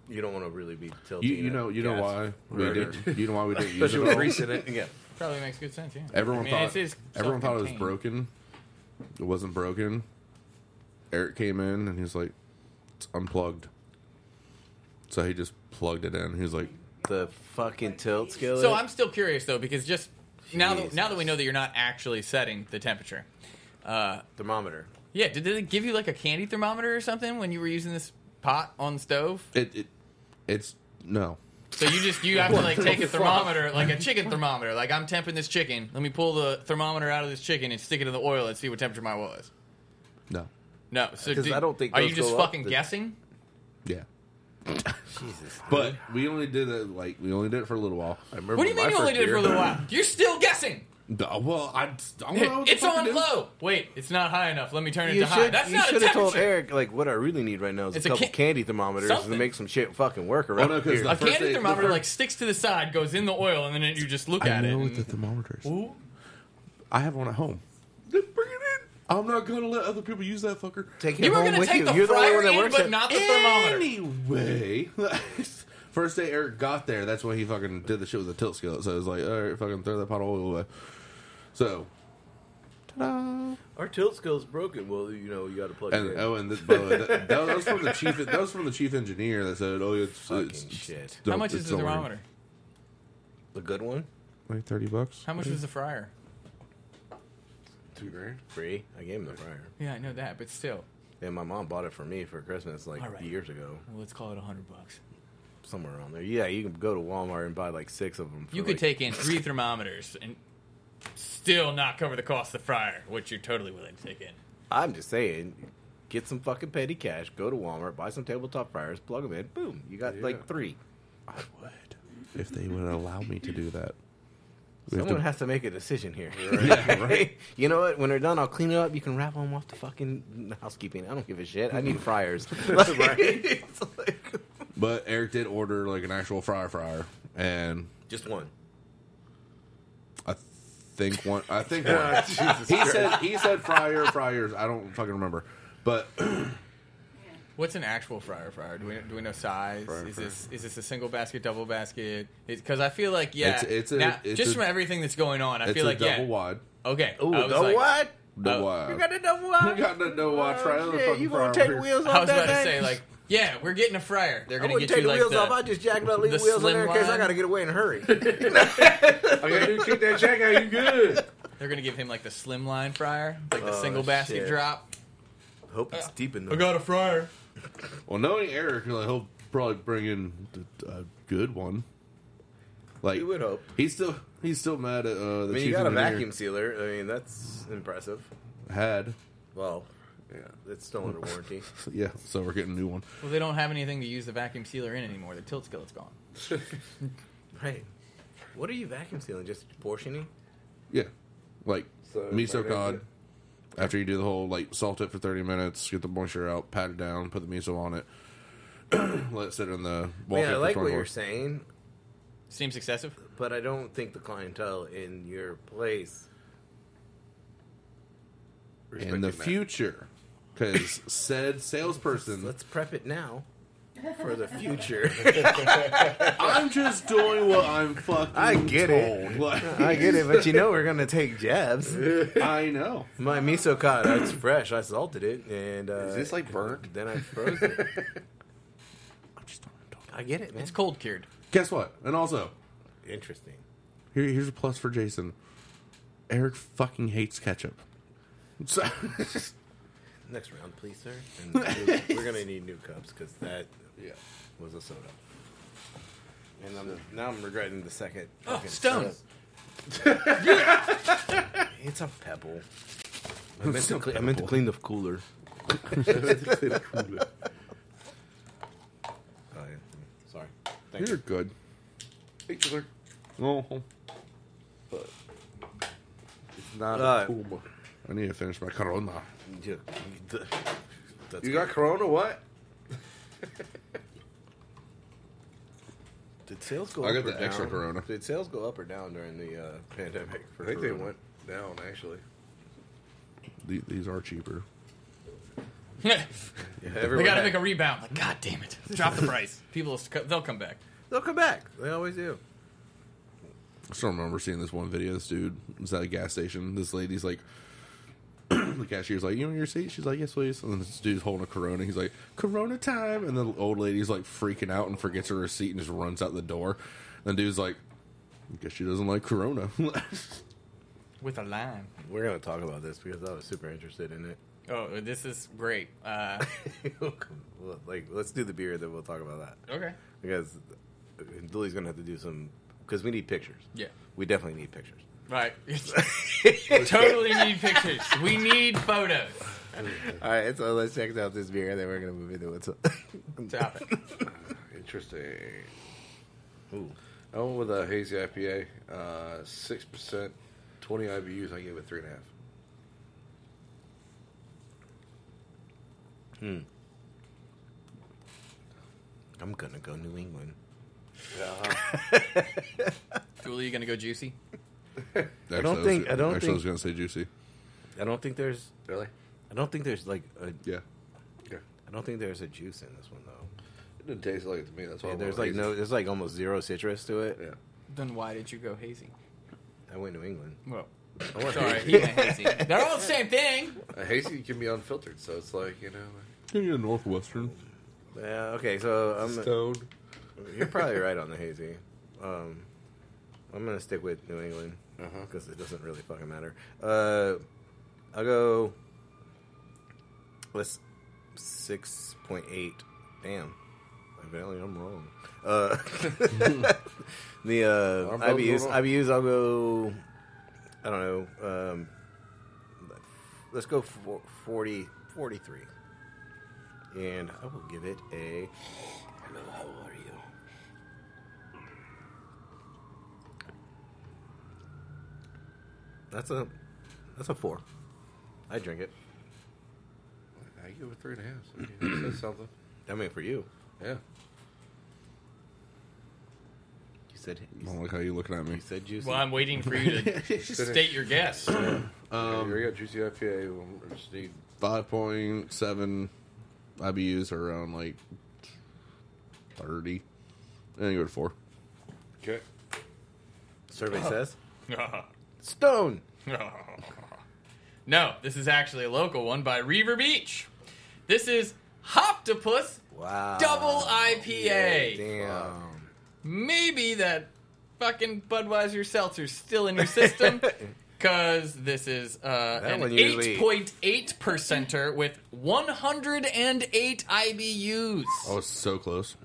S3: You don't want to really be tilting.
S7: You, you
S3: at
S7: know you know
S3: gas.
S7: why we
S3: Right.
S7: did you know why we didn't use
S3: Especially
S7: it
S3: with
S7: at all?
S3: grease in it. Yeah.
S4: Probably makes good sense. Yeah.
S7: Everyone
S4: I mean,
S7: thought
S4: it's- it's
S7: everyone thought it was
S4: self-contained.
S7: broken. It wasn't broken. Eric came in and he was like, "It's unplugged." So he just plugged it in. He was like,
S3: The fucking tilt skillet.
S4: So I'm still curious though, because just now that, now that we know that you're not actually setting the temperature, uh,
S3: thermometer.
S4: Yeah, did, did it give you like a candy thermometer or something when you were using this pot on the stove?
S7: It, it it's no.
S4: So you just you have to
S7: What
S4: like
S7: the
S4: take a
S7: fuck?
S4: thermometer, like a chicken thermometer. Like I'm temping this chicken. Let me pull the thermometer out of this chicken and stick it in the oil and see what temperature mine was.
S7: No.
S4: No, so
S7: 'Cause
S4: do-
S7: I don't think
S4: are you
S7: those
S4: just
S7: go up
S4: fucking
S7: the-
S4: guessing?
S7: Yeah. Jesus. But we only did it like we only did it for a little while. I remember
S4: What do you mean you only did it for a little while? You're still guessing.
S7: while? well, I, I don't know. What the
S4: It's
S7: fuck to
S4: on
S7: do.
S4: low. Wait, it's not high enough. Let me turn it
S3: You
S4: to high.
S3: should,
S4: That's
S3: you
S4: not a
S3: should have told
S4: temperature.
S3: Eric like what I really need right now is
S4: It's
S3: a
S4: a
S3: couple
S4: ca-
S3: candy thermometers
S4: something.
S3: to make some shit fucking work around
S7: no, 'cause
S3: here.
S7: the
S4: A
S7: first
S4: candy
S7: thing- the
S4: thermometer
S7: first-
S4: like sticks to the side, goes in the oil, and then it, you just look
S7: I
S4: at it.
S7: know
S4: and-
S7: what the thermometer is. I have one at home. Then bring it in. I'm not gonna let other people use that fucker.
S3: Take
S4: You were gonna take the fryer in, but not the thermometer.
S7: Anyway, first day Eric got there, that's when he fucking did the shit with the tilt skillet. So it was like, all right, fucking throw that pot of oil away. So
S3: Our tilt skill's broken. Well, you know you got to plug it
S7: and
S3: in.
S7: oh, and this, by the way, that, that was from the chief. That was from the chief engineer that said, "Oh, it's it's, shit."
S4: How much is the thermometer?
S3: The good one.
S7: Like thirty bucks.
S4: How much was the fryer?
S3: Two grand. Free. I gave him the fryer.
S4: Yeah, I know that, but still.
S3: And my mom bought it for me for Christmas like
S4: All right.
S3: years ago,
S4: Well, let's call it a hundred bucks.
S3: somewhere around there. Yeah, you can go to Walmart and buy like six of them. For
S4: You
S3: like,
S4: could take in three thermometers and still not cover the cost of the fryer, which you're totally willing to take in.
S3: I'm just saying, get some fucking petty cash. Go to Walmart, buy some tabletop fryers, plug them in. Boom, you got like three.
S7: If they would allow me to do that, We have
S3: Someone
S7: to-
S3: has to make a decision here.
S7: Yeah, right.
S3: You know what? When they're done, I'll clean it up. You can wrap them off to fucking housekeeping. I don't give a shit. I need fryers. Like,
S7: But Eric did order like an actual fryer fryer, and
S3: Just one.
S7: I think one. I think
S3: Yeah,
S4: Oh,
S7: one.
S3: Jesus
S7: he
S3: Christ.
S7: said he said fryer fryers. I don't fucking remember, but
S4: What's an actual fryer fryer? Do we do we know size?
S7: Fryer
S4: is
S7: fryer.
S4: this is this a single basket, double basket? Because I feel like yeah,
S7: It's- it's a-
S4: now-
S7: it's
S4: just
S7: a-
S4: from everything that's going on, I
S7: it's
S4: feel
S7: a
S4: like
S7: double
S4: yeah.
S7: wide.
S4: Okay,
S7: Ooh,
S4: I was
S7: double
S4: like-
S7: wide? Double
S4: Oh,
S7: wide.
S3: You got the double wide?
S7: You got the double wide fryer.
S3: Oh,
S7: The
S3: shit,
S7: fucking
S3: you
S7: fryer
S3: gonna take
S7: over
S3: the
S7: here.
S3: wheels off
S4: I was
S3: that
S4: about to
S3: thing?
S4: say like yeah, we're getting a fryer. They're
S3: I
S4: gonna
S3: wouldn't
S4: get
S3: take the
S4: you like
S3: wheels
S4: the,
S3: off. I just jack it up, leave the
S4: the
S3: wheels in there in
S4: slim
S3: case I
S4: rod.
S3: got to get away in a hurry.
S7: I gotta do kick that jack out. You good?
S4: They're gonna give him like the slimline fryer, like the
S3: Oh,
S4: single basket
S3: shit.
S4: drop.
S3: Hope it's deep in
S4: I got a fryer.
S7: Well, knowing Eric, like, he'll probably bring in th- a good one. Like
S3: You would hope.
S7: He's still he's still mad at uh, the
S3: I mean,
S7: chief
S3: you got a
S7: engineer.
S3: vacuum sealer. I mean, that's impressive.
S7: had.
S3: Well, yeah, it's still under warranty.
S7: Yeah, so we're getting a new one.
S4: Well, they don't have anything to use the vacuum sealer in anymore. The tilt skillet's gone.
S3: right. What are you vacuum sealing? Just portioning?
S7: Yeah, like
S3: So,
S7: miso
S3: like,
S7: cod. After you do the whole like salt it for thirty minutes, get the moisture out, pat it down, put the miso on it, let it sit in the. walk it
S3: yeah, I
S7: for
S3: like what
S7: 24
S3: you're saying,
S4: Seems excessive.
S3: but I don't think the clientele in your place.
S7: In the future, because said salesperson.
S3: Let's prep it now for the future.
S7: I'm just doing what I'm fucking.
S3: I get it.
S7: told. Like-
S3: I get it, but you know we're gonna take jabs.
S7: I know.
S3: My miso cod, it's fresh. I salted it, and uh,
S9: Is this, like, burnt?
S3: Then I froze it. I get it, man.
S4: It's cold cured.
S7: Guess what? And also,
S3: Interesting.
S7: here, here's a plus for Jason. Eric fucking hates ketchup. So,
S3: Next round, please, sir. And we're, we're gonna need new cups because that
S7: Yeah.
S3: was a soda. And I'm, now I'm regretting the second.
S4: Oh,
S3: fucking
S4: Stone.
S3: soda. it's a pebble. I meant,
S7: It's
S3: to
S7: a
S3: cle- I meant to
S7: pebble.
S3: clean the cooler. Oh, yeah. Sorry. Thank
S7: you're
S3: you.
S7: good. Thank you, sir. No. But it's not
S3: Uh,
S7: a cool book. I need to finish my Corona.
S3: You, that's
S9: You got Corona? What?
S3: Did sales go
S7: I
S3: up
S7: got
S3: or
S7: the extra
S3: down?
S7: Corona.
S3: Did sales go up or down during the uh, pandemic? For
S9: I think they
S3: Corona?
S9: went down actually.
S7: The- These are cheaper.
S4: Yeah,
S3: everyone
S4: they got to
S3: had-
S4: make a rebound. Like, god damn it, drop the price. People, will, sc- they'll come back.
S3: They'll come back. They always do.
S7: I still remember seeing this one video. This dude was at a gas station. This lady's like, the cashier's like, "You want your seat?" She's like, "Yes, please." And then this dude's holding a Corona. He's like, "Corona time!" And the old lady's like freaking out and forgets her receipt and just runs out the door. And the dude's like, "I guess she doesn't like Corona."
S4: With a lime.
S3: We're gonna talk about this because I was super interested in it.
S4: Oh, this is great. Uh,
S3: Well, like, let's do the beer, then we'll talk about that.
S4: Okay.
S3: Because Lily's gonna have to do some because we need pictures.
S4: Yeah.
S3: we definitely need pictures.
S4: right. totally need pictures. We need photos.
S3: All right, so let's check out this beer, and then we're gonna move into what's up.
S4: Stop it.
S9: Interesting. Ooh. I went with a hazy IPA, uh, 6%, 20 IBUs. I gave it 3.5.
S3: Hmm. I'm gonna go New England.
S4: Julie, you gonna go juicy?
S3: I don't
S7: was-
S3: think. I don't
S7: actually,
S3: think.
S7: I was gonna say juicy.
S3: I don't think there's
S9: really.
S3: I don't think there's like a
S7: yeah.
S3: I don't think there's a juice in this one though.
S9: It didn't taste like it to me. That's why I
S3: Yeah, there's
S9: went
S3: like
S9: hazy.
S3: no. There's like almost zero citrus to it.
S9: Yeah.
S4: Then why did you go hazy?
S3: I went to England.
S4: Well,
S9: I want
S4: sorry,
S9: hazy.
S4: he went hazy. They're all the same thing.
S9: A hazy can be unfiltered, so it's like, you know.
S7: Yeah, Northwestern.
S3: Yeah. Okay. So I'm
S9: stoned.
S3: You're probably right on the hazy. Um, I'm gonna stick with New England because it doesn't really fucking matter. Uh, I'll go. Let's six point eight. Damn. Apparently I'm wrong. Uh, the uh,
S9: I'm voting
S3: IBUs.
S9: wrong.
S3: IBUs. I'll go. I don't know. Um, let's go for 40, 43. And I will give it a. Hello, how are you? That's a that's a four. I drink it.
S9: I give it 3.5. So yeah, that's something.
S3: I mean, for you,
S9: Yeah.
S3: you said
S7: I don't like how you're looking at me. You
S3: said juicy.
S4: Well, I'm waiting for you to state your guess.
S9: Um, we got juicy IPA. we'll just need-
S7: Five point seven IBUs are around like thirty. And you go to four.
S9: Okay.
S3: survey
S4: Uh-huh.
S3: says
S9: Stone.
S4: no, this is actually a local one by Reaver Beach. This is Hoptopus
S3: wow
S4: Double IPA.
S3: Ah, damn.
S4: Maybe that fucking Budweiser seltzer's still in your system. Because this is uh,
S3: That
S4: an
S3: one usually-
S4: 8.8 percenter with 108 IBUs.
S7: I was so close.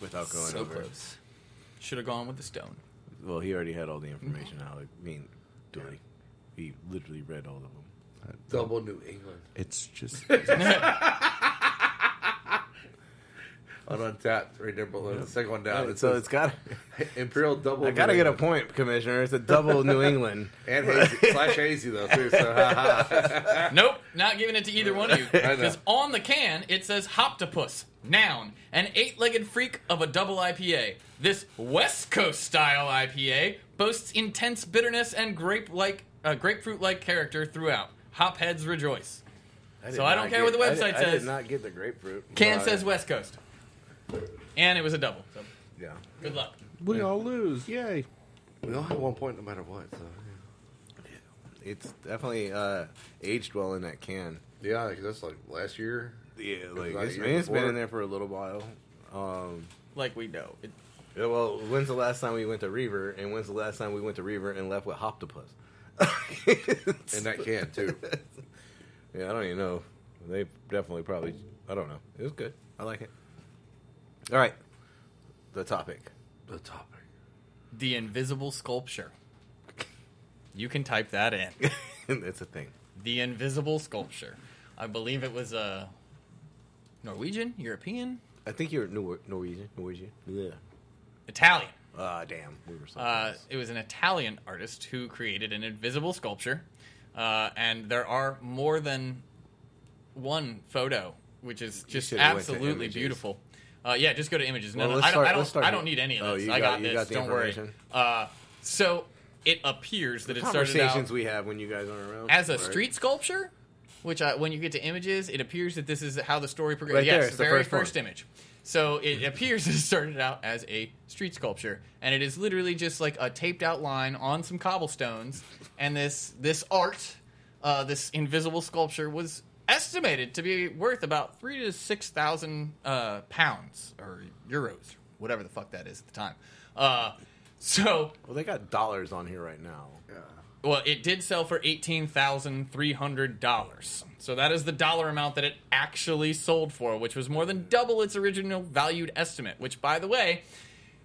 S3: Without going
S4: so
S3: over.
S4: close. Should have gone with the stone.
S3: Well, he already had all the information. Alec. I mean, Dory. He literally read all of them.
S9: Double New England.
S7: It's just
S9: On untapped, right there below. The second one down.
S3: Right,
S9: it
S3: so
S9: says
S3: it's got.
S9: Imperial Double.
S3: I gotta
S9: New
S3: get a
S9: England.
S3: point, Commissioner. It's a double New England.
S9: And hazy. slash hazy, though, too. So, ha ha.
S4: Nope, not giving it to either one of you.
S9: I know.
S4: Because on the can, it says Hoptopus, noun, an eight legged freak of a double IPA. This West Coast style IPA boasts intense bitterness and grape like uh, grapefruit like character throughout. Hopheads rejoice.
S3: did
S4: So I don't
S3: not
S4: care
S3: get-
S4: what the website
S3: I did, I
S4: says.
S3: did not get the grapefruit.
S4: Can
S3: But-
S4: says West Coast. And it was a double. So
S3: Yeah.
S4: good luck.
S7: we all lose. Yay.
S9: We all have one point no matter what. So.
S3: It's definitely uh, aged well in that can.
S9: Yeah, because that's like last year.
S3: Yeah, like
S9: Like
S3: it's,
S9: year
S3: it's been
S9: before.
S3: in there for a little while. Um,
S4: Like we know. It,
S3: yeah, well, when's the last time we went to Reaver, and when's the last time we went to Reaver and left with Hoptopus?
S9: And that can, too.
S3: Yeah, I don't even know. They definitely probably. I don't know. It was good. I like it. All right, the topic.
S9: the topic.
S4: the invisible sculpture. You can type that in.
S3: it's a thing.
S4: The Invisible Sculpture. I believe it was a Norwegian, European,
S3: I think you're Nor- Norwegian. Norwegian. Yeah.
S4: Italian.
S3: Ah, damn. We were so
S4: Uh,
S3: close.
S4: it was an Italian artist who created an invisible sculpture, uh, and there are more than one photo, which is just
S3: should've went to
S4: absolutely
S3: images.
S4: beautiful. Uh, yeah, just go to images. No,
S3: Well,
S4: no,
S3: let's
S4: I don't.
S3: start-
S4: I don't,
S3: let's start
S4: I
S3: here.
S4: don't need any of
S3: Oh,
S4: this.
S3: you
S4: I
S3: got-
S4: got,
S3: you
S4: this.
S3: got the
S4: don't worry.
S3: information.
S4: Uh, so it appears that it started out
S3: Conversations we have when you guys aren't around
S4: as a
S3: Right.
S4: street sculpture, which I, when you get to images, it appears that this is how the story progresses.
S3: Right
S4: yes,
S3: there, it's the
S4: very
S3: first one.
S4: image. So it appears it started out as a street sculpture, and it is literally just like a taped out line on some cobblestones, and this this art, uh, this invisible sculpture was estimated to be worth about three to six thousand uh, pounds or euros, whatever the fuck that is at the time. Uh, so
S3: Well, they got dollars on here right now.
S9: Yeah.
S4: Well, it did sell for eighteen thousand three hundred dollars. So that is the dollar amount that it actually sold for, which was more than double its original valued estimate. Which, by the way,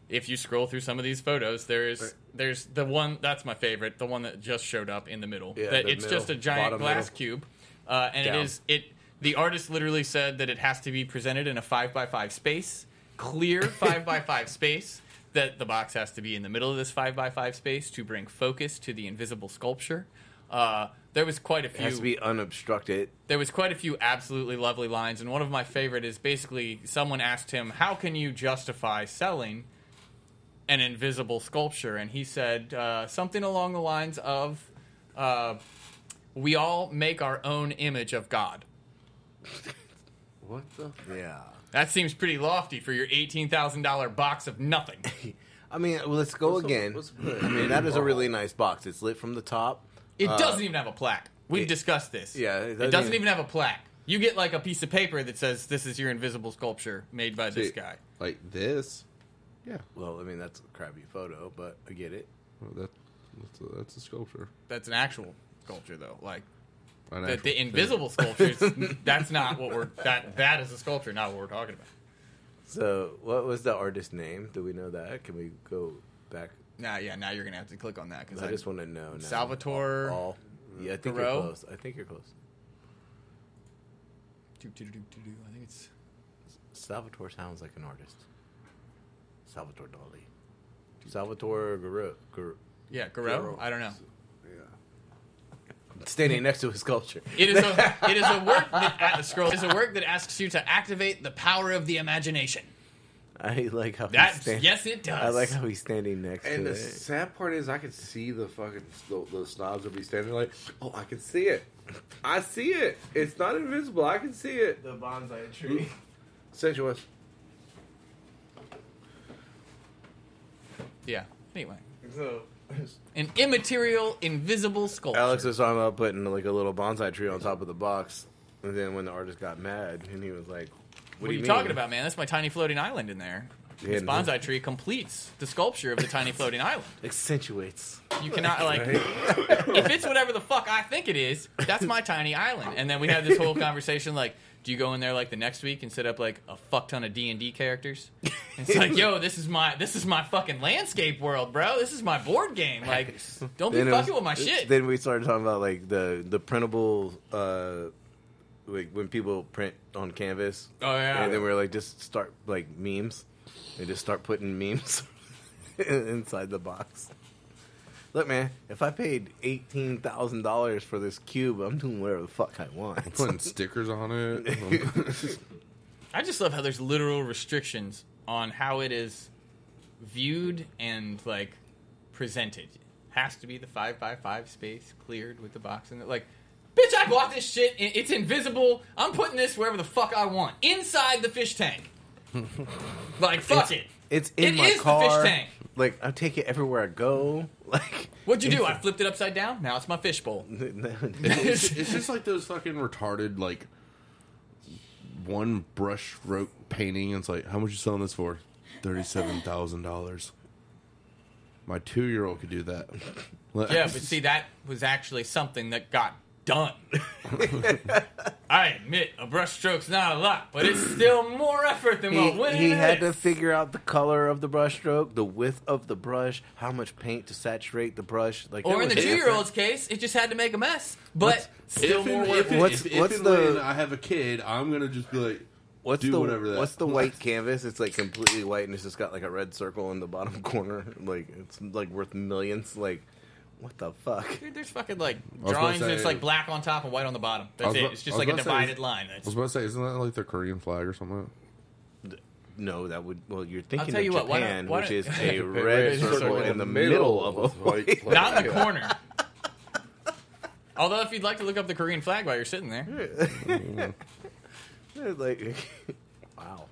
S4: if you scroll through some of these photos, there is there's the one that's my favorite, the one that just showed up in the middle.
S9: Yeah,
S4: that
S9: the
S4: it's
S9: middle,
S4: just a giant
S9: bottom
S4: glass
S9: middle.
S4: cube, uh, and it
S9: Down.
S4: is it. The artist literally said that it has to be presented in a five by five space, clear five by five space. That the box has to be in the middle of this five by five space to bring focus to the invisible sculpture. Uh, there was quite a
S3: It
S4: few
S3: has to be unobstructed.
S4: there was quite a few absolutely lovely lines, and one of my favorite is basically someone asked him, "How can you justify selling an invisible sculpture?" And he said uh, something along the lines of, uh, "We all make our own image of God."
S9: What the?
S3: Yeah.
S4: That seems pretty lofty for your eighteen thousand dollar box of nothing.
S3: I mean, well, let's go
S4: What's the-
S3: again.
S4: what's the-
S3: I mean, that is a really nice box. It's lit from the top.
S4: It
S3: Uh,
S4: doesn't even have a plaque. We've discussed this.
S3: Yeah,
S4: it doesn't, even have a plaque. You get like a piece of paper that says, "This is your invisible sculpture made by this
S3: See,
S4: guy."
S7: Like this.
S3: Yeah. Well, I mean, that's a crappy photo, but I get it.
S7: Well, that, that's, a, that's a sculpture.
S4: That's an actual sculpture, though. Like
S7: An
S4: the,
S7: actual
S4: the
S7: thing.
S4: invisible sculptures. that's not what we're that. That is a sculpture, not what we're talking about.
S3: So, what was the artist's name? Do we know that? Can we go back?
S4: Now, yeah, now you're gonna have to click on that because
S3: I just want to know. Now.
S4: Salvatore.
S3: All. Yeah, I think
S4: Garreau?
S3: you're close. I think you're close.
S4: Do, do, do, do, do, do. I think it's
S3: Salvatore sounds like an artist. Salvatore Dali. Salvatore Garreau. Gar-
S4: yeah, Garreau. I don't know.
S3: Standing next to his sculpture.
S4: It is a it is a work that uh, scroll is a work that asks you to activate the power of the imagination.
S3: I like how
S4: That's-
S3: he's stand-
S4: yes, it does.
S3: I like how he's standing next
S9: And
S3: to
S9: the
S3: it.
S9: sad part is, I could see the fucking the, the snobs would be standing like, "Oh, I can see it. I see it. It's not invisible. I can see it."
S8: The bonsai tree.
S9: Sensuous.
S4: Yeah. Anyway,
S8: So,
S4: an immaterial, invisible sculpture.
S3: Alex was talking about putting like a little bonsai tree on top of the box, and then when the artist got mad, and he was like, do
S4: What, are you
S3: mean?"
S4: talking about, man? That's my tiny floating island in there.
S3: Yeah,
S4: this
S3: it
S4: bonsai tree completes the sculpture of the tiny floating island.
S3: Accentuates.
S4: You cannot like
S3: Right.
S4: if it's whatever the fuck I think it is, that's my tiny island. And then we have this whole conversation like, do you go in there like the next week and set up like a fuck ton of D and D characters? And it's like, yo, this is my this is my fucking landscape world, bro. This is my board game. Like, don't be
S3: Then it
S4: fucking
S3: was-
S4: with my shit.
S3: Then we started talking about like the the printable, uh, like when people print on canvas.
S4: Oh, yeah.
S3: and then we are like, just start like memes, and just start putting memes inside the box. Look, man, if I paid eighteen thousand dollars for this cube, I'm doing whatever the fuck I want.
S7: Putting stickers on it.
S4: I just love how there's literal restrictions on how it is viewed and like presented. Has to be the five by five space cleared with the box and like, bitch, I bought this shit. i- It's invisible. I'm putting this wherever the fuck I want inside the fish tank. Like fuck it.
S3: It's in
S4: It
S3: my
S4: is the
S3: car.
S4: fish tank.
S3: Like I take it everywhere I go. Like
S4: What'd you do? I flipped it upside down. Now it's my fish bowl.
S7: it's, it's just like those fucking retarded like one brush stroke painting. It's like, how much you selling this for? Thirty-seven thousand dollars. My two-year-old could do that.
S4: Yeah, but see, that was actually something that got done. I admit, a brushstroke's not a lot, but it's still more effort than what
S3: he,
S4: went
S3: he
S4: into
S3: had to
S4: this.
S3: figure out the color of the brush stroke, the width of the brush, how much paint to saturate the brush. Like
S4: Or
S3: that
S4: in the
S3: was different.
S4: two-year-old's case, it just had to make a mess, but still
S7: if
S4: more
S7: and,
S4: work.
S7: if, and-
S3: What's-
S7: if, if
S3: what's
S7: and
S3: the-
S7: when I have a kid, I'm gonna just be like,
S3: What's
S7: do
S3: the
S7: whatever that.
S3: what's the white canvas? It's like completely white, and it's just got like a red circle in the bottom corner. Like it's like worth millions. Like what the fuck?
S4: Dude, there's fucking like
S7: was gonna
S4: drawings that's
S7: say-
S4: like black on top and white on the bottom.
S7: I
S4: That's
S7: was
S4: it.
S7: about-
S4: It's just
S7: I was
S4: like a
S7: about to say-
S4: divided line.
S7: I was about to say, isn't that like the Korean flag or something? Like
S3: No, that would well. You're thinking
S4: tell
S3: of
S4: you what,
S3: Japan,
S4: why
S3: which
S4: don't- why don't-
S3: is a red circle in the middle of a white.
S4: It's not in the corner. Although, if you'd like to look up the Korean flag while you're sitting there,
S3: like wow.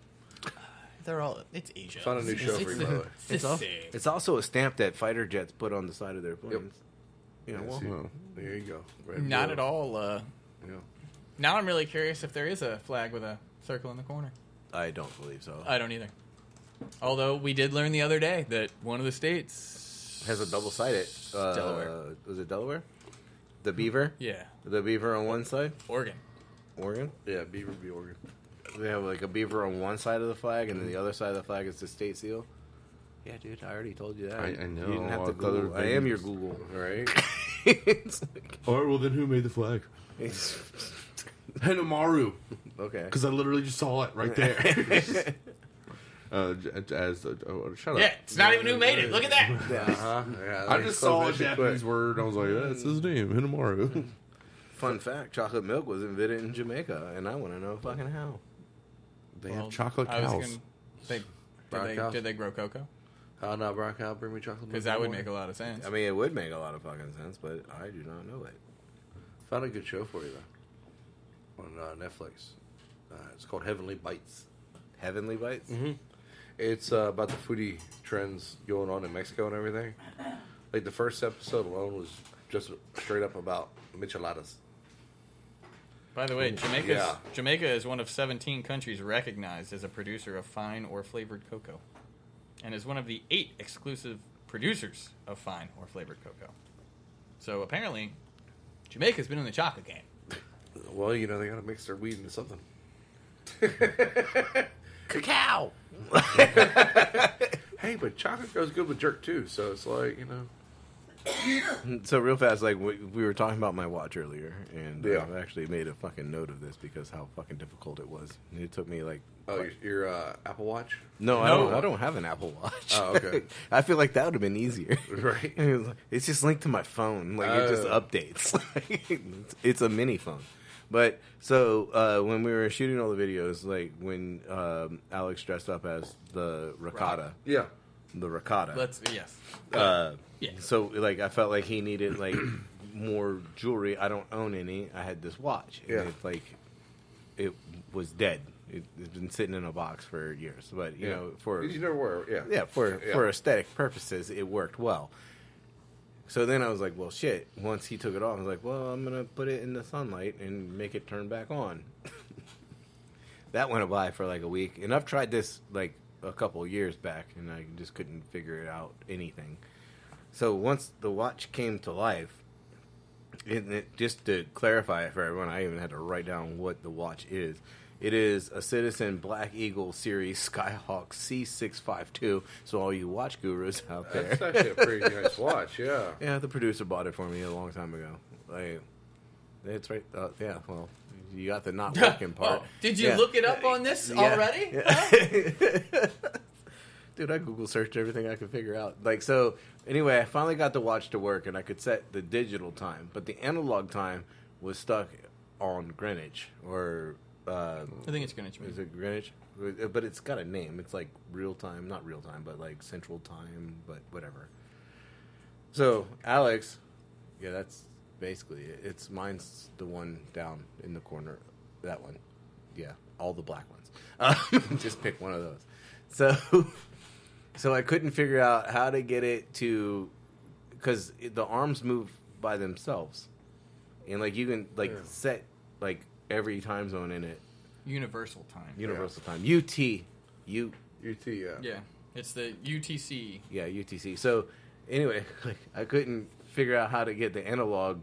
S4: they're all it's Asia.
S9: Found a new show for you, by the way.
S4: It's
S3: al-
S4: sick.
S3: it's also a stamp that fighter jets put on the side of their planes. You know,
S9: Yeah,
S3: well,
S9: see, there you go. Red and
S4: Not
S9: blue.
S4: at all. Uh,
S9: Yeah.
S4: Now I'm really curious if there is a flag with a circle in the corner.
S3: I don't believe so.
S4: I don't either. Although we did learn the other day that one of the states
S3: has a double sided. Uh,
S4: Delaware.
S3: Was it Delaware? Hmm. The Beaver?
S4: Yeah.
S3: The Beaver on one side?
S4: Oregon.
S3: Oregon? Yeah, Beaver be Oregon. They have like a beaver on one side of the flag, and then the other side of the flag is the state seal. Yeah, dude, I already told you that.
S9: I- I
S3: You
S9: know,
S3: didn't have
S9: I
S3: to
S9: thought it
S3: Google.
S9: would
S3: I
S9: be-
S3: am your Google, right?
S7: All right, well, then who made the flag? Henamaru.
S3: Okay.
S7: Because I literally just saw it right there. uh, j- as uh, oh, shut
S4: Yeah,
S7: up.
S4: it's not even who made it. Look at that.
S3: Uh-huh. Yeah,
S7: I
S3: they
S7: just
S3: close
S7: saw a
S3: that shit
S7: Japanese
S3: quick.
S7: word. I was like, that's his name, Hinamaru.
S3: Fun fact: chocolate milk was invented in Jamaica, and I want to know fucking how.
S9: They have chocolate
S4: I was
S9: cows.
S4: gonna- they,
S3: Brown
S4: did, they,
S3: cows.
S4: did they grow cocoa?
S9: Oh no, Brock, I'll bring me chocolate.
S4: 'Cause that would make a lot of sense.
S3: I mean, it would make a lot of fucking sense, but I do not know it.
S9: Found a good show for you though on uh, Netflix. Uh, it's called Heavenly Bites.
S3: Heavenly Bites.
S9: Mm-hmm. It's uh, about the foodie trends going on in Mexico and everything. Like the first episode alone was just straight up about micheladas.
S4: By the way,
S9: Ooh,
S4: Jamaica's,
S9: yeah.
S4: Jamaica is one of 17 countries recognized as a producer of fine or flavored cocoa, and is one of the eight exclusive producers of fine or flavored cocoa. So apparently, Jamaica's been in the chocolate game.
S9: Well, you know they gotta mix their weed into something.
S4: Cacao.
S9: hey, but chocolate goes good with jerk too, so it's like you know.
S3: So real fast, like we, we were talking about my watch earlier, and uh,
S9: Yeah.
S3: I've actually made a fucking note of this because how fucking difficult it was. It took me like
S9: Oh, your, your uh, Apple Watch?
S3: no, I don't. I don't have an Apple Watch.
S9: Oh, okay.
S3: I feel like that would have been easier.
S9: Right.
S3: It was like- it's just linked to my phone. Like it just
S9: Oh.
S3: updates. It's- it's a mini phone. But so uh, when we were shooting all the videos, like when um, Alex dressed up as the ricotta.
S9: Yeah.
S3: The ricotta.
S4: Let's yes.
S3: Uh,
S4: Yeah.
S3: So like I felt like he needed like more jewelry. I don't own any. I had this watch. And
S9: Yeah.
S3: It, like it was dead. It, it's been sitting in a box for years. But you
S9: Yeah.
S3: know for
S9: You never were, yeah.
S3: yeah for
S9: Yeah.
S3: for aesthetic purposes it worked well. So then I was like, well, shit. Once he took it off, I was like, well, I'm gonna put it in the sunlight and make it turn back on. that went by for like a week, and I've tried this like a couple of years back, and I just couldn't figure it out anything. So once the watch came to life, and it, just to clarify it for everyone, I even had to write down what the watch is. It is a Citizen Black Eagle Series Skyhawk C652. So all you watch gurus out there,
S9: That's actually a pretty nice watch, yeah.
S3: yeah, the producer bought it for me a long time ago. Like, it's right. Uh, yeah, well, you got the not working part.
S4: Oh, Did you
S3: Yeah.
S4: look it up on this
S3: Yeah.
S4: already?
S3: Dude, I Google searched everything I could figure out. Like, so anyway, I finally got the watch to work, and I could set the digital time, but the analog time was stuck on Greenwich or. Uh,
S4: I think it's Greenwich,
S3: Is
S4: maybe.
S3: it Greenwich? Uh, But it's got a name. It's like real time, not real time, but like central time, but whatever. So Alex, yeah, that's basically it. It's mine's the one down in the corner, that one. Yeah, all the black ones. Um, just pick one of those. So, so I couldn't figure out how to get it to, because the arms move by themselves, and like you can like
S4: Yeah.
S3: set like every time zone in it,
S4: Universal time.
S3: universal time, UT, U
S9: UT, yeah.
S4: Yeah, it's the UTC.
S3: yeah UTC. So anyway, like I couldn't figure out how to get the analog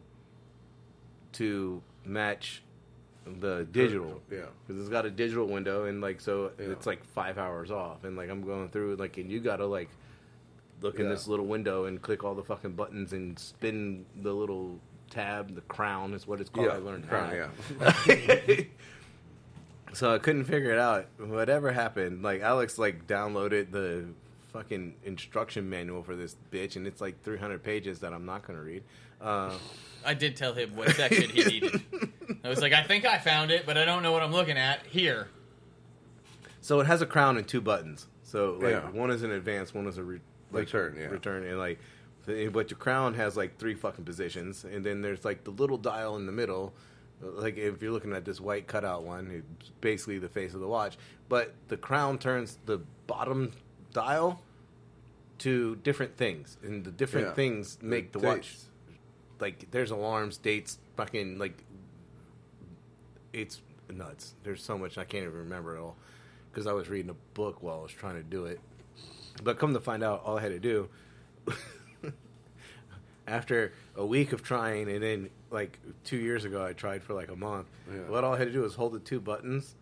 S3: to match the digital.
S9: Yeah.
S3: because it's got a digital window and like so it's like five hours off and like I'm going through like and you gotta like look in
S9: Yeah.
S3: this little window and click all the fucking buttons and spin the little tab. The crown is what it's called.
S9: Yeah,
S3: I learned
S9: crown,
S3: that. so I couldn't figure it out. Whatever happened, like Alex like downloaded the fucking instruction manual for this bitch, and it's like 300 pages that I'm not gonna read. Uh,
S4: I did tell him what section he needed. I was like, I think I found it, but I don't know what I'm looking at here.
S3: so it has a crown and two buttons. So like
S9: Yeah.
S3: one is an advance, one is a re- like,
S9: Return, yeah.
S3: return, and like. the- But your crown has like three fucking positions, and then there's like the little dial in the middle. Like if you're looking at this white cutout one, it's basically the face of the watch. But the crown turns the bottom dial to different things, and the different
S9: Yeah.
S3: things make the
S9: The
S3: watch
S9: dates.
S3: like there's alarms, dates, fucking like it's nuts. There's so much I can't even remember it all because I was reading a book while I was trying to do it. But come to find out, all I had to do after a week of trying, and then like two years ago, I tried for like a month. What all I had to do was hold the two buttons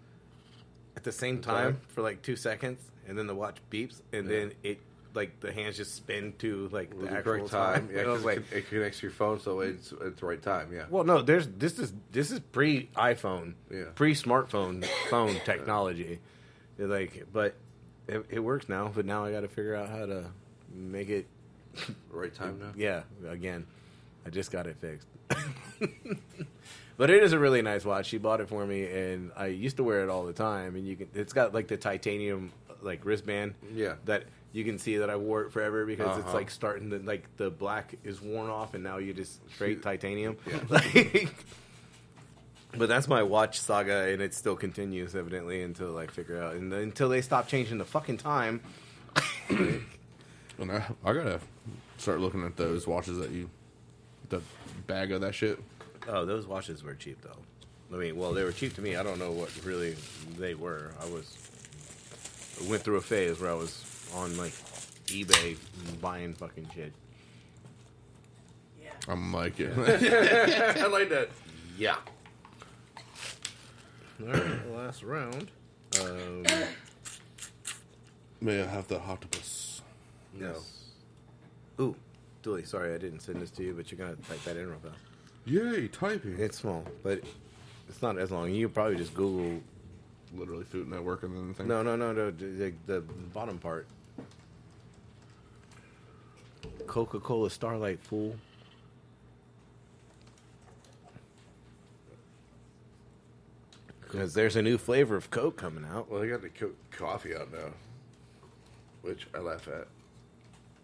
S3: at the same time,
S9: time?
S3: for like two seconds, and then the watch beeps, and
S9: Yeah.
S3: then it like the hands just spin to like
S9: It was
S3: the
S9: the
S3: actual
S9: correct
S3: time.
S9: time. Yeah,
S3: And I
S9: 'cause
S3: was like,
S9: it, con- it connects to your phone, so it's it's the right time. Yeah.
S3: Well, no, there's this is this is pre iPhone, pre smartphone phone technology. They're Like, but it, it works now. But now I got to figure out how to make it
S9: right time now?
S3: Yeah, again, I just got it fixed. but it is a really nice watch. She bought it for me, and I used to wear it all the time. And you can, it's got like the titanium like wristband.
S9: Yeah.
S3: that you can see that I wore it forever because it's
S9: Uh-huh.
S3: like starting to like the black is worn off, and now you just straight titanium.
S9: Yeah.
S3: Like- but that's my watch saga, and it still continues evidently until I figure out and until they stop changing the fucking time.
S7: And I, I gotta start looking at those watches that you, the bag of that shit.
S3: Oh, those watches were cheap though. I mean, well, they were cheap to me. I don't know what really they were. I was I went through a phase where I was on like eBay buying fucking shit.
S7: I'm like, yeah.
S9: I like that.
S3: Yeah. All right, last round. Um,
S7: May I have the octopus?
S3: no. Ooh, Dooley, sorry I didn't send this to you, but you're gonna type that in real fast.
S7: Yay, typing.
S3: It's small, but it's not as long. You could probably just Google.
S7: Literally, Food Network and then thing.
S3: No, no, no, no. The, the bottom part. Coca Cola Starlight Fool. Because there's a new flavor of Coke coming out.
S9: Well, they got the co- coffee out now, which I laugh at.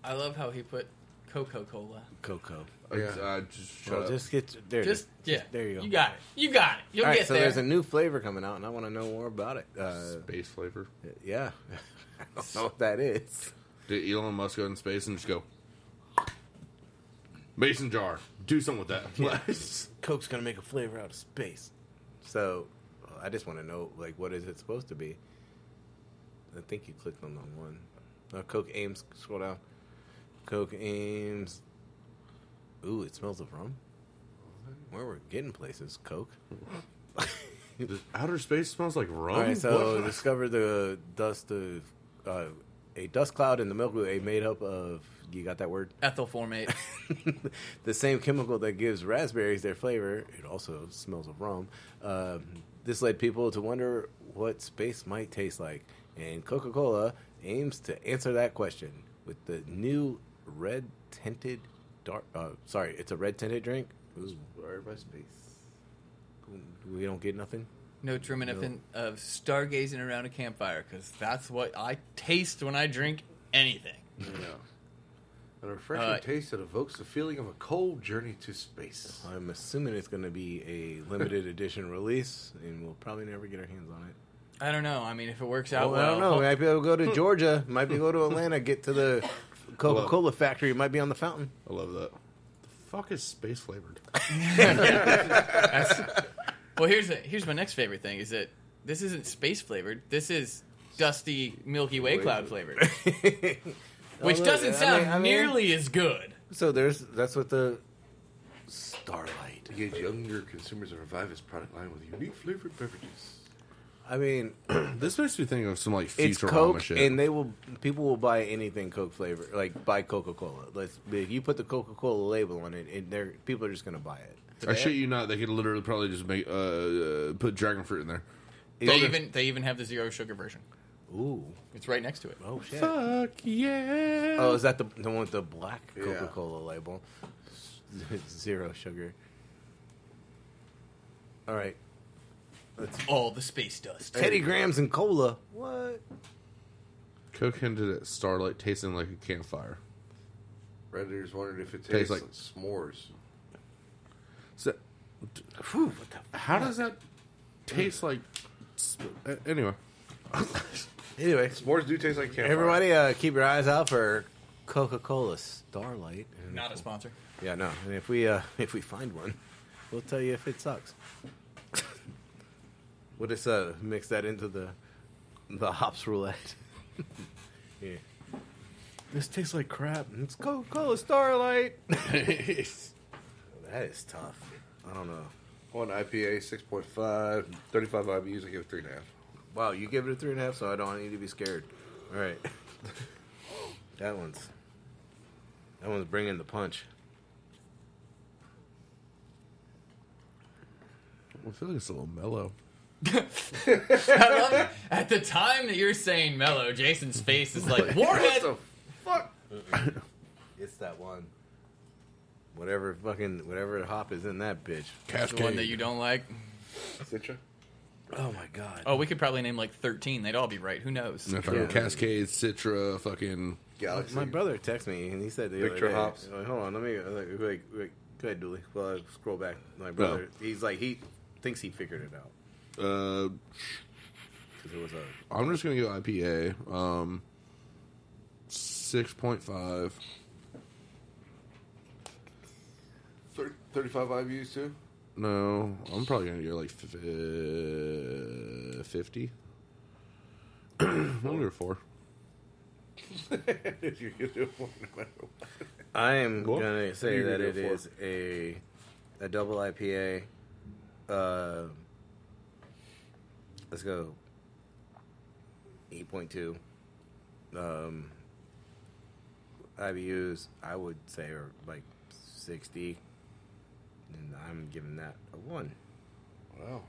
S4: I love how he put Coca Cola.
S3: Coco.
S7: Yeah. I just shut
S3: Well,
S7: up.
S3: just get there. it
S4: Just-
S3: is.
S4: yeah.
S3: There you go.
S4: You got it. You got it. You'll
S3: All right,
S4: get
S3: so
S4: there.
S3: there's a new flavor coming out, and I want to know more about it. Uh,
S7: Space flavor.
S3: yeah. I don't know what that is.
S7: Did Elon Musk go in space and just go? Mason jar. Do something with that.
S3: Coke's gonna make a flavor out of space. So, I just want to know, like, what is it supposed to be? I think you clicked on the one. No, Coke aims. Scroll down. Coke aims. Ooh, it smells of rum. Where we're getting places, Coke.
S7: Does outer space smells like rum.
S3: All right, so
S7: What?
S3: discover the dust of uh, a dust cloud in the Milky Way made up of you got that word
S4: ethyl formate,
S3: the same chemical that gives raspberries their flavor. It also smells of rum. Um, this led people to wonder what space might taste like, and Coca Cola aims to answer that question with the new red tinted dark. Uh, sorry, it's a red tinted drink. Ooh,
S9: Sorry by space.
S3: we don't get nothing.
S4: No triminifin of stargazing around a campfire because that's what I taste when I drink anything.
S9: Yeah. A refreshing
S4: Uh,
S9: taste that evokes the feeling of a cold journey to space.
S3: I'm assuming it's going to be a limited edition release, and we'll probably never get our hands on it.
S4: I don't know. I mean, if it works out,
S3: Well, I don't
S4: well,
S3: know. Hmm. Might be able to go to Georgia. Might be go to Atlanta. Get to the Coca Cola factory. Might be on the fountain.
S7: I love that. The fuck is space flavored?
S4: Well, here's a, here's my next favorite thing: is that this isn't space flavored. This is dusty Milky Way cloud flavored, which
S3: Oh, look,
S4: doesn't
S3: I
S4: sound
S3: mean- I mean-
S4: nearly as good.
S3: So there's that's what the starlight.
S9: To engage younger consumers to revive its product line with unique flavored beverages.
S3: I mean,
S7: this makes me think of some like
S3: it's
S7: future
S3: Coke,
S7: shit.
S3: and they will people will buy anything Coke flavor, like buy Coca Cola. Let's if you put the Coca Cola label on it, and they're people are just gonna buy it.
S7: I shit you not. They could literally probably just make uh, uh put dragon fruit in there.
S4: They even they even have the zero sugar version.
S3: Ooh,
S4: it's right next to it.
S3: Oh shit!
S7: Fuck yeah!
S3: Oh, is that the the one with the black
S9: Yeah.
S3: Coca Cola label? Zero sugar. All right. That's
S4: all the space dust.
S3: Teddy Grahams and cola. What?
S7: Coke hinted at starlight tasting like a campfire.
S9: Redditors wondered if it tastes,
S7: Tastes
S9: like,
S7: like-
S9: s'mores.
S7: So, d- how does that taste like? s- a- Anyway,
S3: Anyway,
S9: s'mores do taste like campfire.
S3: Everybody, uh, keep your eyes out for Coca Cola Starlight. And
S4: Not a sponsor.
S3: Yeah, no. And if we uh, if we find one, we'll tell you if it sucks. we'll just uh, mix that into the the hops roulette. yeah. This tastes like crap. It's Coca Cola Starlight. That is tough. I don't know.
S9: One IPA, 6.5, 35 IBUs. I give it three and a half.
S3: Wow, you give it a three and a half, so I don't need to be scared. All right, that one's that one's bringing the punch.
S7: I feel like it's a little mellow.
S4: I love it. At the time that you're saying mellow, Jason's face is like warhead.
S3: What the fuck? it's that one. Whatever fucking whatever hop is in that bitch.
S4: The one that you don't like.
S9: Citra.
S3: Oh my god.
S4: Oh, we could probably name like 13. They'd all be right. Who knows?
S7: Yeah, fucking Cascade, Citra, fucking
S3: Galaxy. My brother texted me and he said the
S9: Victor
S3: other day,
S9: hops.
S3: Like, Hold on, let me. I was like, wait, wait, go ahead, Dooley. Well, I scroll back. My brother, he's like, he thinks he figured it out
S7: Uh,
S3: because it was a
S7: I'm just gonna go IPA. Um, six point five.
S9: 30, 35 IBUs too.
S7: No, I'm probably gonna go like f- uh, fifty. I'm gonna go four.
S9: You're gonna do it no matter what.
S3: I am
S7: Go on.
S3: gonna say
S9: You
S3: that
S9: go
S3: it
S9: for
S3: is a a double IPA. Uh, let's go. Eight point two. Um, IBUs, I would say are like sixty, and I'm giving that a one.
S9: Wow.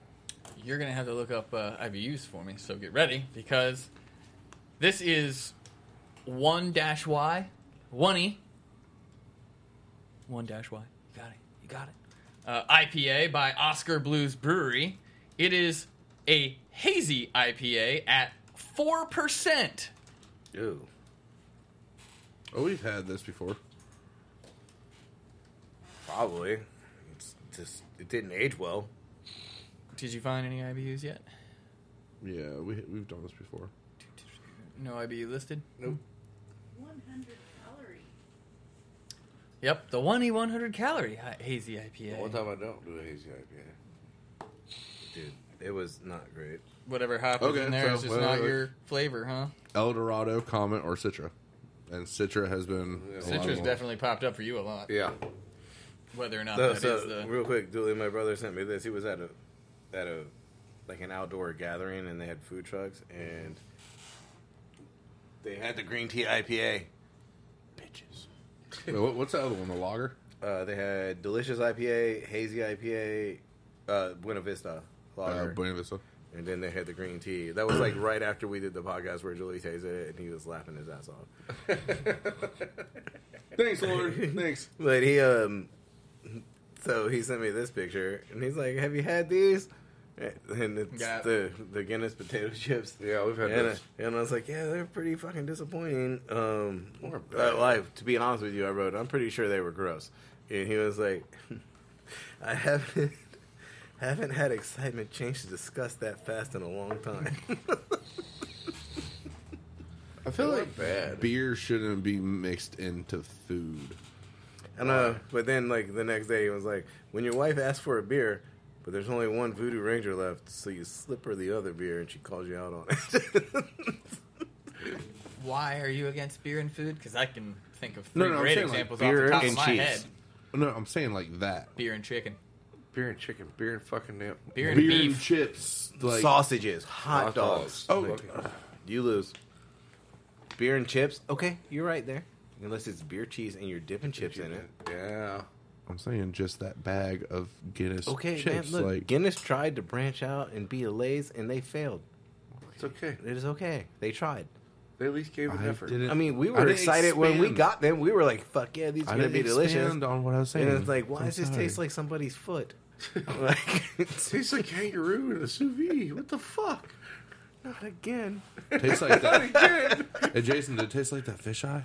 S4: You're gonna have to look up uh, IBUs for me, so get ready because this is one dash Y, one E, one dash Y. You got it. You got it. Uh, IPA by Oscar Blues Brewery. It is a hazy IPA at four percent.
S3: Ew.
S7: Oh, we've had this before.
S3: Probably. It's just it didn't age well.
S4: Did you find any IBUs yet?
S7: Yeah, we we've done this before.
S4: No IBU listed.
S9: Nope.
S8: 100 calories.
S4: Yep, the one E one hundred calorie hi- hazy IPA.
S9: One time I don't do a hazy IPA.
S3: Dude, it was not great.
S4: Whatever happens
S7: Okay,
S4: in there is
S7: so-
S4: just
S7: wait,
S4: not
S7: wait, wait.
S4: your flavor, huh?
S7: El Dorado, Comet, or Citra, and Citra has been a lot
S4: Citra's
S7: more-
S4: definitely popped up for you a lot.
S9: Yeah.
S4: Whether or not
S3: No,
S4: that is
S3: Uh, so
S4: the
S3: real quick, Dooley, my brother sent me this. He was at a at a like an outdoor gathering, and they had food trucks, and they had the green tea IPA. Bitches.
S7: Wait, what- what's the other one? The lager.
S3: Uh, they had delicious IPA, hazy IPA, uh, Buena Vista lager,
S7: Uh, Buena Vista.
S3: and then they had the green tea. That was like right after we did the podcast where Dooley tasted it, and he was laughing his ass off.
S7: Thanks, Lord. Thanks.
S3: But he um so he sent me this picture and he's like, Have you had these? And it's
S4: Yeah.
S3: the the Guinness potato chips.
S9: Yeah, we've had
S3: and,
S9: those.
S3: I, and I was like, Yeah, they're pretty fucking disappointing. Um
S9: Or
S3: uh,
S9: bad.
S3: life, to be honest with you, I wrote, I'm pretty sure they were gross. And he was like I haven't haven't had excitement change to disgust that fast in a long time.
S7: I feel
S9: They weren't
S7: like
S9: bad.
S7: beer shouldn't be mixed into food.
S3: And uh, but then like the next day, he was like, "When your wife asks for a beer, but there's only one Voodoo Ranger left, so you slip her the other beer, and she calls you out on it."
S4: why are you against beer and food? Because I can think of three
S7: No, no, I'm
S4: great
S7: saying, like,
S4: examples off
S3: beer
S4: the top of
S3: and
S4: my
S3: cheese.
S4: head.
S7: No, I'm saying like that.
S4: Beer and chicken,
S9: Beer and chicken. Beer and fucking nip.
S4: beer and
S7: Beer
S4: beef.
S7: and chips, like
S3: Sausages, hot, dogs.
S7: Oh.
S9: Fucking-
S3: You lose. Beer and chips. Okay, you're right there. Unless it's beer cheese and you're dipping chips in it.
S9: Yeah.
S7: I'm saying just that bag of Guinness
S3: Okay,
S7: chips,
S3: man, look,
S7: like
S3: Guinness tried to branch out and be a Lay's, and they failed.
S9: It's okay.
S3: It is okay. They tried.
S9: They at least gave an
S7: I
S9: effort.
S7: didn't-
S3: I mean, we
S7: I
S3: were
S7: didn't
S3: excited when we
S7: expand.
S3: got them. We were like, "Fuck yeah, these
S7: I
S3: are gonna
S7: didn't
S3: be delicious."
S7: expand on what I was saying.
S3: And it's like, why
S7: I'm
S3: does this
S7: sorry.
S3: taste like somebody's foot? like,
S9: It tastes like kangaroo in a sous vide. What the fuck?
S3: not again.
S7: tastes like that. hey, Jason, did it taste like that fisheye?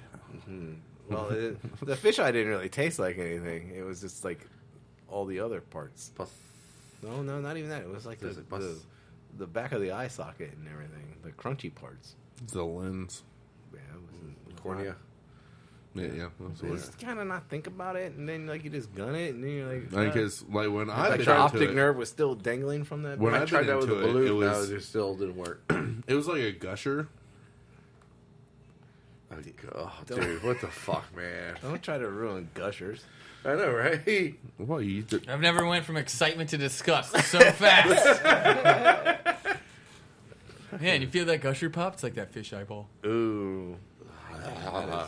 S3: Well, it, the fish eye didn't really taste like anything. It was just like all the other parts. No, no, not even that. It was like the,
S9: Does it bust?
S3: the, the back of the eye socket and everything, the crunchy parts.
S7: The lens.
S3: Yeah, it was
S9: Cornea.
S7: Yeah, yeah. That's what
S3: Just kind of not think about it, and then like you just gun it, and then you're like,
S7: I
S3: uh,
S7: think it's like when I
S3: like
S7: bit
S3: your
S7: into
S3: optic
S7: it,
S3: nerve was still dangling from that.
S7: When
S9: I
S7: I've
S9: tried
S7: been
S9: that with a
S7: into it,
S9: balloon.
S7: it
S9: It,
S7: was-
S9: it still didn't work.
S7: it was like a gusher.
S9: Oh, dude, what the fuck, man?
S3: Don't try to ruin Gushers.
S9: I know, right?
S7: Well, you did.
S4: I've never went from excitement to disgust so fast. Man, you feel that gusher pop? It's like that fish eyeball.
S3: Ooh.
S9: Ah.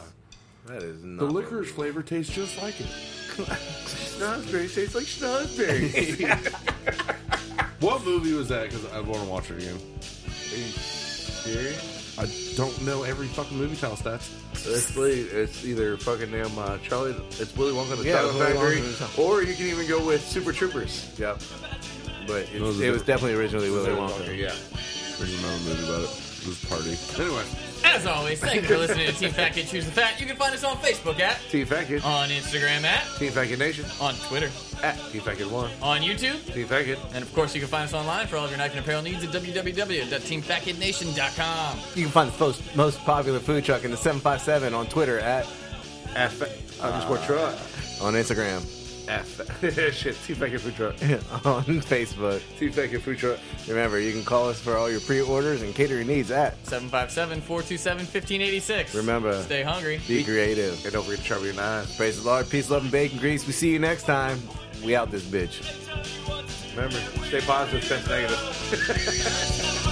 S3: That is not.
S7: The licorice flavor tastes just like it.
S9: Schnozberry tastes like schnozberry.
S7: What movie was that? Because I want to watch it again. Are you
S9: serious?
S7: I don't know every fucking movie title stats.
S9: it's, like, it's either fucking damn uh, Charlie. It's Willy Wonka and the
S3: Yeah,
S9: Chocolate
S3: Willy
S9: Factory,
S3: Wonka and
S9: or you can even go with Super Troopers.
S3: Yep. But it,
S7: Those are
S3: it was
S7: the-
S3: definitely originally
S7: those
S3: Willy
S7: are the
S3: Wonka.
S7: Wonka,
S3: Yeah.
S7: There's another movie about it. It was Party. Anyway,
S4: As always, thank you for listening to Team Fat Kid Choose the Fat. You can find us on Facebook at,
S9: Team Fackin,
S4: on Instagram at,
S9: Team Fackin Nation,
S4: on Twitter,
S9: at Team Fackin One,
S4: on YouTube,
S9: Team Fackin.
S4: and of course you can find us online for all of your knife and apparel needs at www.teamfatkidnation.com.
S3: You can find the most, most popular food truck in the 757 on Twitter at.
S9: At fa- underscore truck.
S3: Uh, On Instagram.
S9: At fa- shit. Team Fackin food truck.
S3: on Facebook.
S9: Team Fackin food truck.
S3: Remember, you can call us for all your pre orders and catering needs at.
S4: 757-427-1586.
S3: Remember.
S4: Stay hungry.
S3: Be creative.
S9: And don't forget to travel your nines.
S3: Praise the Lord. Peace, love, and bacon grease. We see you next time. We out this bitch.
S9: Remember, stay positive, test negative.